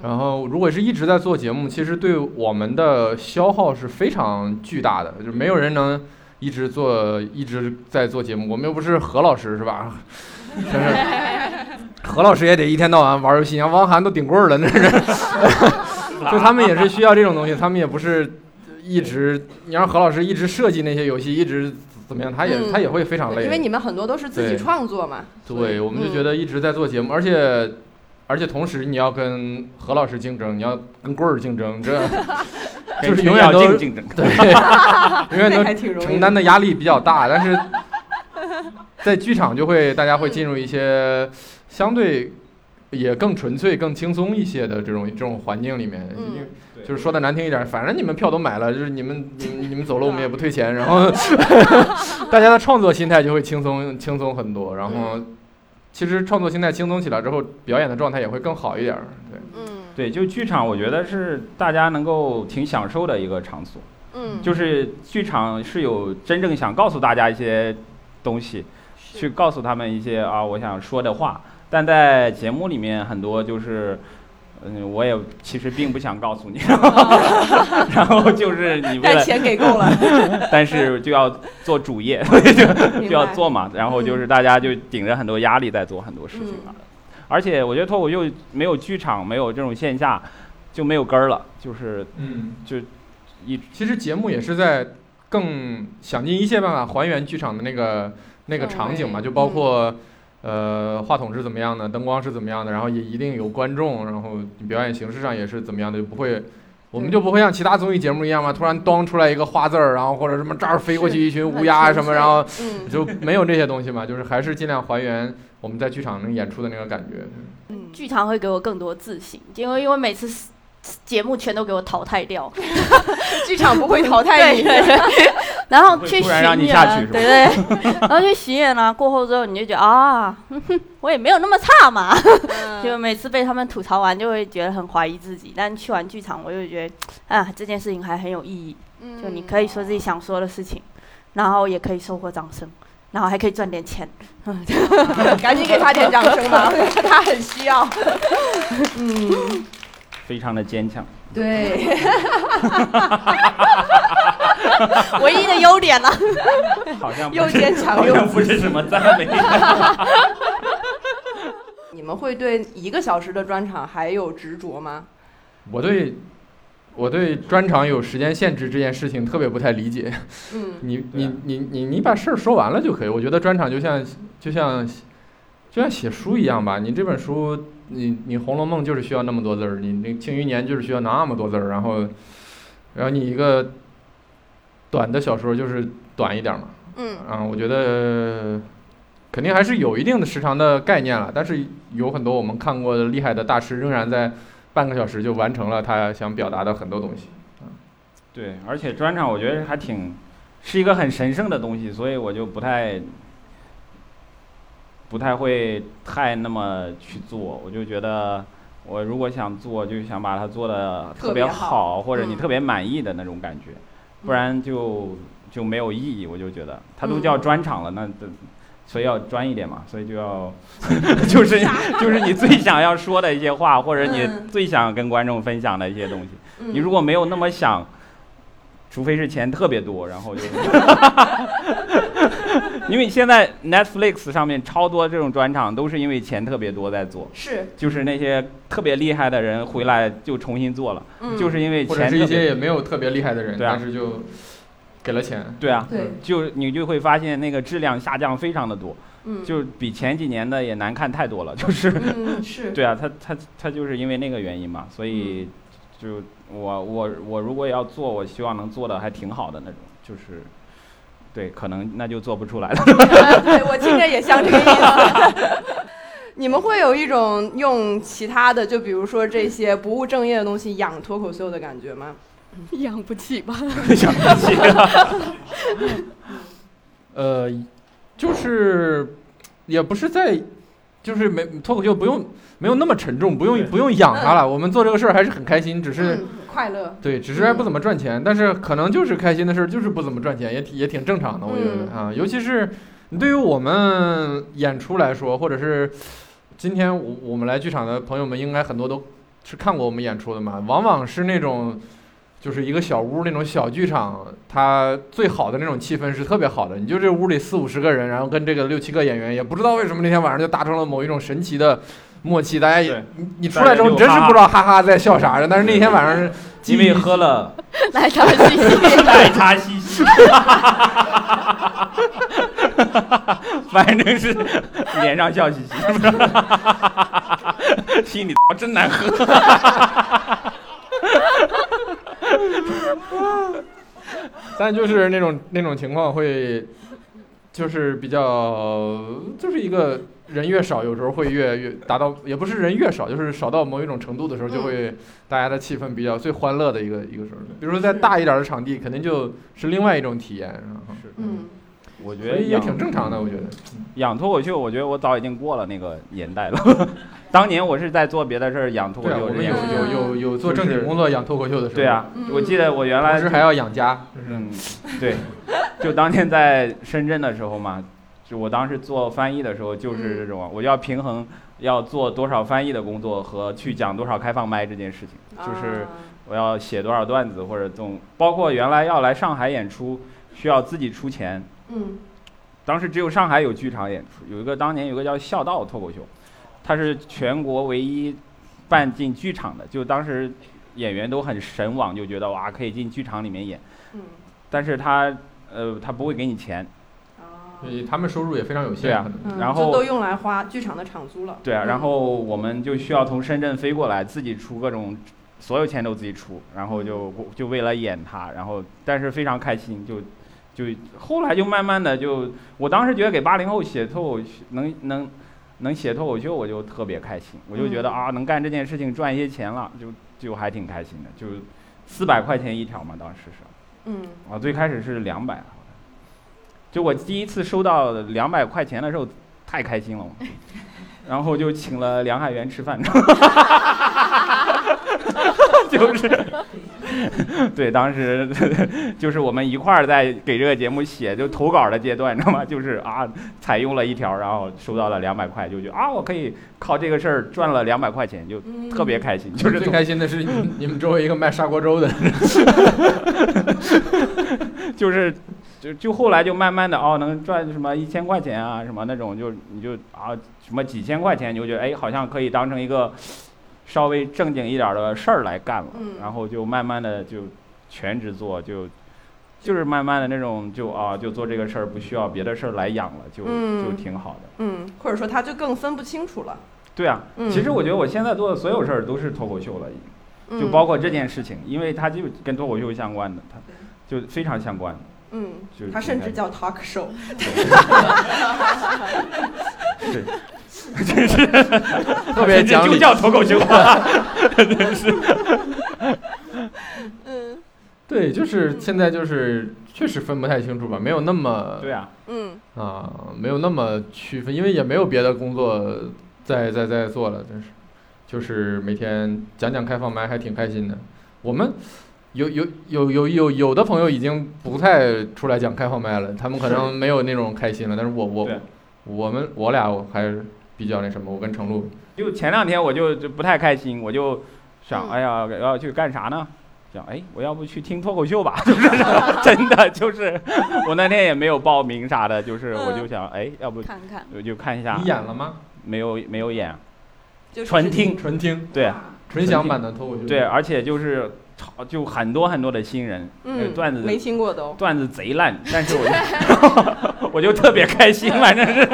然后，如果是一直在做节目，其实对我们的消耗是非常巨大的，就是没有人能一直做，一直在做节目。我们又不是何老师，是吧？ 真是，何老师也得一天到晚玩游戏，像汪涵都顶棍儿了，那是。就他们也是需要这种东西，他们也不是一直，你让何老师一直设计那些游戏，一直怎么样，他也、
嗯
他也会非常累。
对因为你们很多都是自己
对
创作嘛。所以
对，我们就
嗯
觉得一直在做节目，而且而且同时你要跟何老师竞争，你要跟棍儿竞 争，这就是
跟
永远
要
都
竞竞争。
对， 永
那还
远
挺
都
容易
承担的压力比较大，但是在剧场就会大家会进入一些相对也更纯粹、更轻松一些的这种这种环境里面，
嗯
因为就是说的难听一点，反正你们票都买了，就是你们你们你们走了我们也不退钱，然后大家的创作心态就会轻松轻松很多，然后其实创作心态轻松起来之后，表演的状态也会更好一点儿。对，
嗯
对，就剧场，我觉得是大家能够挺享受的一个场所。
嗯，
就是剧场是有真正想告诉大家一些东西，去告诉他们一些啊我想说的话，但在节目里面很多就是。嗯，我也其实并不想告诉你， 然后就是你为
但
了，
钱给够了，
但是就要做主业，所以 就
明
就要
白嗯
做嘛。然后就是大家就顶着很多压力在做很多事情啊。而且我觉得脱口秀没有剧场，没有这种线下，就没有根儿了，就是
嗯，
就一
其实节目也是在更想尽一切办法还原剧场的那个那个场景嘛，
氛围
就包括呃，话筒是怎么样的，灯光是怎么样的，然后也一定有观众，然后表演形式上也是怎么样的，就不会，我们就不会像其他综艺节目一样嘛，突然咚出来一个花字儿，然后或者什么这儿飞过去一群乌鸦什么，然后
嗯
就没有这些东西嘛，就是还是尽量还原我们在剧场能演出的那个感觉。
嗯，
剧场会给我更多自信，因为因为每次 s- s- 节目全都给我淘汰掉，
剧场不会淘汰你。
对 对，然后
不会
去
突
巡
然
演，
让你下去是吧
对 对，然后去巡演啊，过后之后你就觉得啊， 哼哼我也没有那么差嘛，
呃
就每次被他们吐槽完就会觉得很怀疑自己，但去完剧场我就觉得啊这件事情还很有意义，就你可以说自己想说的事情，然后也可以收获掌声，然后还可以赚 点钱，
赶紧给他点掌声吧， 他很需要。嗯，
非常的坚 强。
对，
唯一的优点了。啊
好像不
又
是
坚强
好
又
像不是什么赞美。
你们会对一个小时的专场还有执着吗？
我对我对专场有时间限制这件事情特别不太理解。
嗯
你
对啊
你你你你把事儿说完了就可以。我觉得专场就像就像就像写书一样吧。你这本书，你你《红楼梦》就是需要那么多字儿，你那《庆余年》就是需要那么多字儿，然后然后你一个短的小说就是短一点儿嘛。
嗯
啊，我觉得肯定还是有一定的时长的概念了，但是有很多我们看过的厉害的大师，仍然在半个小时就完成了他想表达的很多东西。
对，而且专场我觉得还挺是一个很神圣的东西，所以我就不太不太会太那么去做。我就觉得我如果想做，就想把它做的
特
特
别
别
好
好，或者你
嗯
特别满意的那种感觉，不然就就没有意义。我就觉得它都
嗯
叫专场了，那这。所以要专一点嘛，所以就要， 就是就是你最想要说的一些话，或者
嗯
你最想跟观众分享的一些东西。
嗯
你如果没有那么想，除非是钱特别多，然后就， 因为现在 Netflix 上面超多这种专场，都是因为钱特别多在做，
是，
就是那些特别厉害的人回来就重新做了，
嗯
就是因为
或者
钱
是一
特
些
别
也没有特别厉害的人，
对啊
但是就给了钱。
对啊，
嗯
对，
就你就会发现那个质量下降非常的多，
嗯
就比前几年的也难看太多了，就是
嗯是，
对啊，他他他就是因为那个原因嘛，所
嗯
以就我我我如果要做，我希望能做的还挺好的那种，就是对，可能那就做不出来了。
啊对我听着也像这个意思。 你们会有一种用其他的，就比如说这些不务正业的东西养脱口秀的感觉吗？
养不起吧？
想不 起了，
呃，就是也不是在，就是没脱口秀不用没有那么沉重，不用不用养它了。我们做这个事儿还是很开心，只是、
嗯、快乐，
对，只是还不怎么赚钱，但是可能就是开心的事儿，就是不怎么赚钱，也挺也挺正常的，我觉得、啊，尤其是你对于我们演出来说，或者是今天我我们来剧场的朋友们，应该很多都是看过我们演出的嘛，往往是那种。就是一个小屋那种小剧场，它最好的那种气氛是特别好的。你就这屋里四五十个人，然后跟这个六七个演员，也不知道为什么那天晚上就达成了某一种神奇的默契。大家也
对，
你你出来之后，你真是不知道哈哈在笑啥的。但是那天晚上，
因为喝了
来，他们继续。
奶茶西西， 反正 是脸上笑嘻嘻， 心里真难喝。
但就是那种那种情况会，就是比较，就是一个人越少，有时候会越越达到，也不是人越少，就是少到某一种程度的时候，就会大家的气氛比较最欢乐的一个一个时候。比如说在大一点的场地，肯定就是另外一种体验，然后
嗯，
我觉
所
得
以也
养
挺正常的，我觉得。
养脱口秀，我觉得我早已经过了那个年代了。 当年我是在做别的事儿养脱口
对啊，
秀
我
这
们
件
有
事情。
有有有做正经工作养脱口秀的时候，
对，啊，
嗯
我记得我原
同
来
时还要养家，
嗯，对，就当年在深圳的时候嘛，就我当时做翻译的时候就是这
嗯
种，我要平衡要做多少翻译的工作和去讲多少开放麦这件事情，
哦
嗯就是
啊
我要写多少段子或者总，包括原来要来上海演出需要自己出钱，
嗯
当时只有上海有剧场演出，有一个当年有一个叫孝道脱口秀，它是全国唯一办进剧场的，就当时演员都很神往，就觉得哇可以进剧场里面演，
嗯
但是他呃他不会给你钱，
啊
所以他们收入也非常有
对
限，
啊
可能
嗯，
然
就
后
都用来花剧场的场租了。嗯
对啊，然后我们就需要从深圳飞过来，自己出各种，所有钱都自己出，然后就就为了演他，然后但是非常开心，就就后来就慢慢的就，我当时觉得给八零后写脱口秀能能能写脱口秀，我就特别开心，我就觉得啊能干这件事情赚一些钱了，就就还挺开心的，就四百块钱一条嘛，当时是
嗯，
啊，最开始是两百，啊就我第一次收到两百块钱的时候太开心了。然后就请了梁海源吃饭， 就是， 对，当时 就是我们一块儿在给这个节目写就投稿的阶段，你知道吗？就是啊，采用了一条，然后收到了两百块，就觉得啊，我可以靠这个事儿赚了两百块钱，就
嗯
特别开心，就是
最开心的是你 们你们周围一个卖砂锅粥的，
就是就就后来就慢慢的哦，能赚什么一千块钱啊，什么那种就你就啊什么几千块钱，你就觉得哎，好像可以当成一个稍微正经一点儿的事儿来干了，
嗯
然后就慢慢的就全职做，就就是慢慢的那种就啊就做这个事儿，不需要别的事儿来养了，就、就
嗯
挺好的。
嗯，或者说他就更分不清楚了。
对啊，
嗯
其实我觉得我现在做的所有事儿都是脱口秀了，已经。
嗯
就包括这件事情，因为它就跟脱口秀相关的，它就非常相关。
嗯
就是，
他甚至叫 talk show。
是，
特别讲
就
理。
叫脱口秀。
嗯
对，就是现在就是确实分不太清楚吧，没有那么
对啊，
嗯
啊、没有那么区分，因为也没有别的工作在在在做了，真是，就是每天讲讲开放麦还挺开心的。我们有有有有有有的朋友已经不太出来讲开放麦了，他们可能 没有那种开心了，但是我我
对
我们我俩我还是比较那什么，我跟程璐
就前两天我就就不太开心，我就想，
嗯
哎呀，我要去干啥呢？想，哎，我要不去听脱口秀吧？ 就是真的，就是我那天也没有报名啥的，就是我就想，哎，要不
看看，
我就看一下
你。演了吗？
没有没有演，
就是
纯听，
纯听
对
纯享版的脱口秀，
对，，而且就是超就很多很多的新人，那个
嗯，
段子
没听过都。
段子贼烂，但是我就我就特别开心，反正是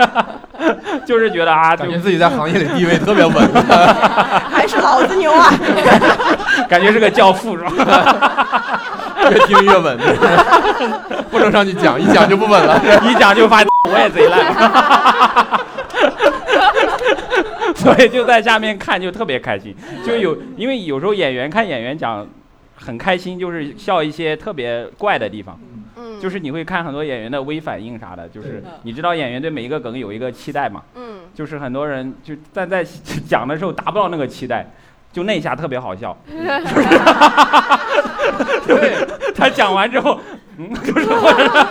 就是觉得啊，就
感觉自己在行业里地位特别稳。
还是老子牛啊！
感觉是个教父是吧？
越听越稳，不能上去讲，一讲就不稳了。
一讲就发现我也贼烂， 所以就在下面看就特别开心，就有因为有时候演员看演员讲很开心，就是笑一些特别怪的地方，
嗯，
就是你会看很多演员的微反应啥的，就是你知道演员对每一个梗有一个期待嘛，
嗯
就是很多人就但在讲的时候达不到那个期待。就那一下特别好笑，
对，
他讲完之后，嗯，就是或者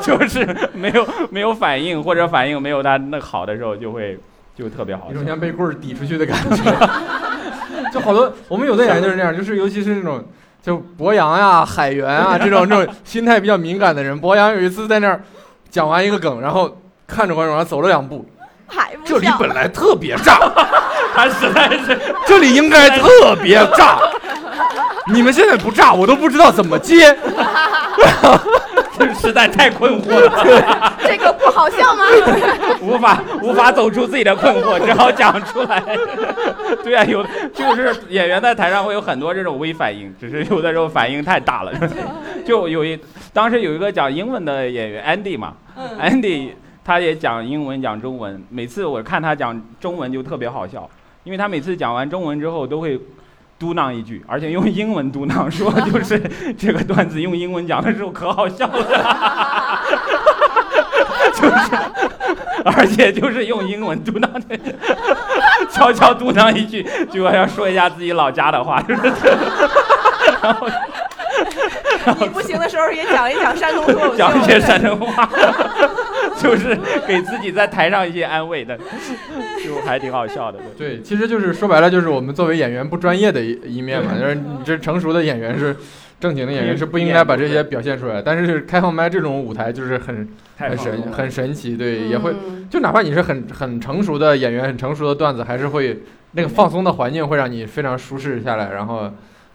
就是 没有没有反应，或者反应没有他那好的时候，就会就特别好
一
笑
种。像被棍儿抵出去的感觉。 就好多，我们有的演员就是那样，就是尤其是那种就博洋呀、海源啊这种这种心态比较敏感的人。博洋有一次在那儿讲完一个梗，然后看着观众，然后走了两步，
还
这
不
里
笑，
本来特别炸，
他实在是
这里应该特别 炸。你们现在不炸，我都不知道怎么接。
实在太困惑了，
这个不好笑吗？
无法无法走出自己的困惑，只好讲出来。 对啊，有就是演员在台上会有很多这种微反应，只是有的时候反应太大了。 就有一当时有一个讲英文的演员 Andy 嘛
嗯
，Andy 他也讲英文讲中文，每次我看他讲中文就特别好笑，因为他每次讲完中文之后都会。嘟囔一句，而且用英文嘟囔说，就是这个段子用英文讲的时候可好笑了。而且就是用英文嘟囔 的，悄悄嘟囔一句，就要说一下自己老家的话，就是
你不行的时候也讲一讲山东脱口秀，
讲一些山东话， 就是给自己在台上一些安慰的，就还挺好笑的。对
对，其实就是说白了，就是我们作为演员不专业的一一面嘛，就是你这成熟的演员是正经的演员是不应该把这些表现出来，但是开放麦这种舞台就是很
太
很
放松
神
了
很神奇，对，也会
嗯
就哪怕你是很很成熟的演员，很成熟的段子，还是会那个放松的环境会让你非常舒适下来，然后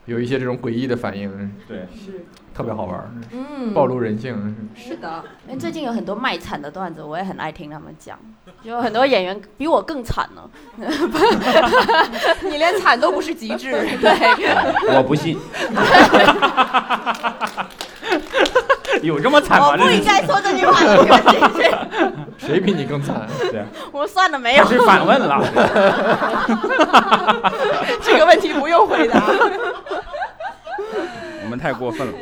有一些这种诡异的反应，
对，
是，
特别好玩儿，
嗯，
暴露人性。
是的，
因哎为最近有很多卖惨的段子，我也很爱听他们讲，有很多演员比我更惨呢。
你连惨都不是极致，
我不 信，有这么惨吗？
我不应该说这句话的，对不起
谁比你更惨？
我算了没
这
有。
是反问了。
这个问题不用回答。
我们太过分了。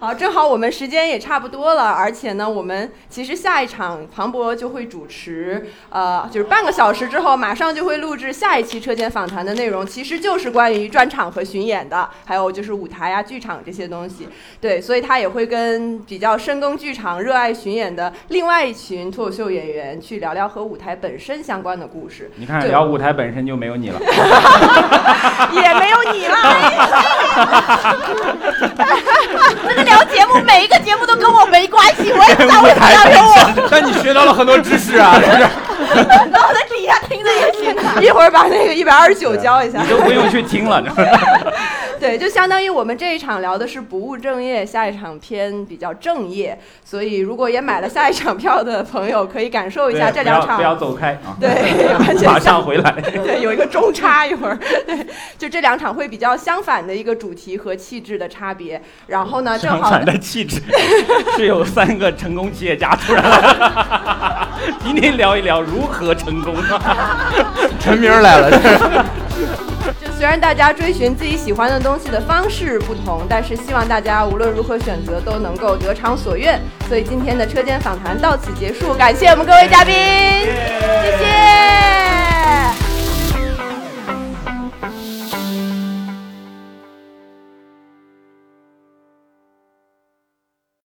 好，正好我们时间也差不多了，而且呢，我们其实下一场庞博就会主持，呃，就是半个小时之后，马上就会录制下一期车间访谈的内容，其实就是关于专场和巡演的，还有就是舞台啊、剧场这些东西。对，所以他也会跟比较深耕剧场、热爱巡演的另外一群脱口秀演员去聊聊和舞台本身相关的故事，
你看，
对
聊舞台本身就没有你了。
也没有 你啦。
这个聊节目，每一个节目都跟我没关系，我也知道
舞
为什么
台
要
本
有 我，
身，
但你学到了很多知识啊！
然后我在底下听着也行啊。
一会儿把那个一百二十九交一下
你。都不用去听了。
对，就相当于我们这一场聊的是不务正业，下一场偏比较正业，所以如果也买了下一场票的朋友，可以感受一下
对
这两
不要不要
场。
走开啊！
对，完全
马上回来。
对，有一个中差一会儿，对，就这两场会比较相反的一个主题和气质的差别。然后 呢，正
相
好
反的气质是有三个成功企业家突然来了。 今天聊一聊如何成功。
陈明儿来了，这是
就虽然大家追寻自己喜欢的东西的方式不同，但是希望大家无论如何选择都能够得偿所愿。所以今天的车间访谈到此结束，感谢我们各位嘉宾，谢谢。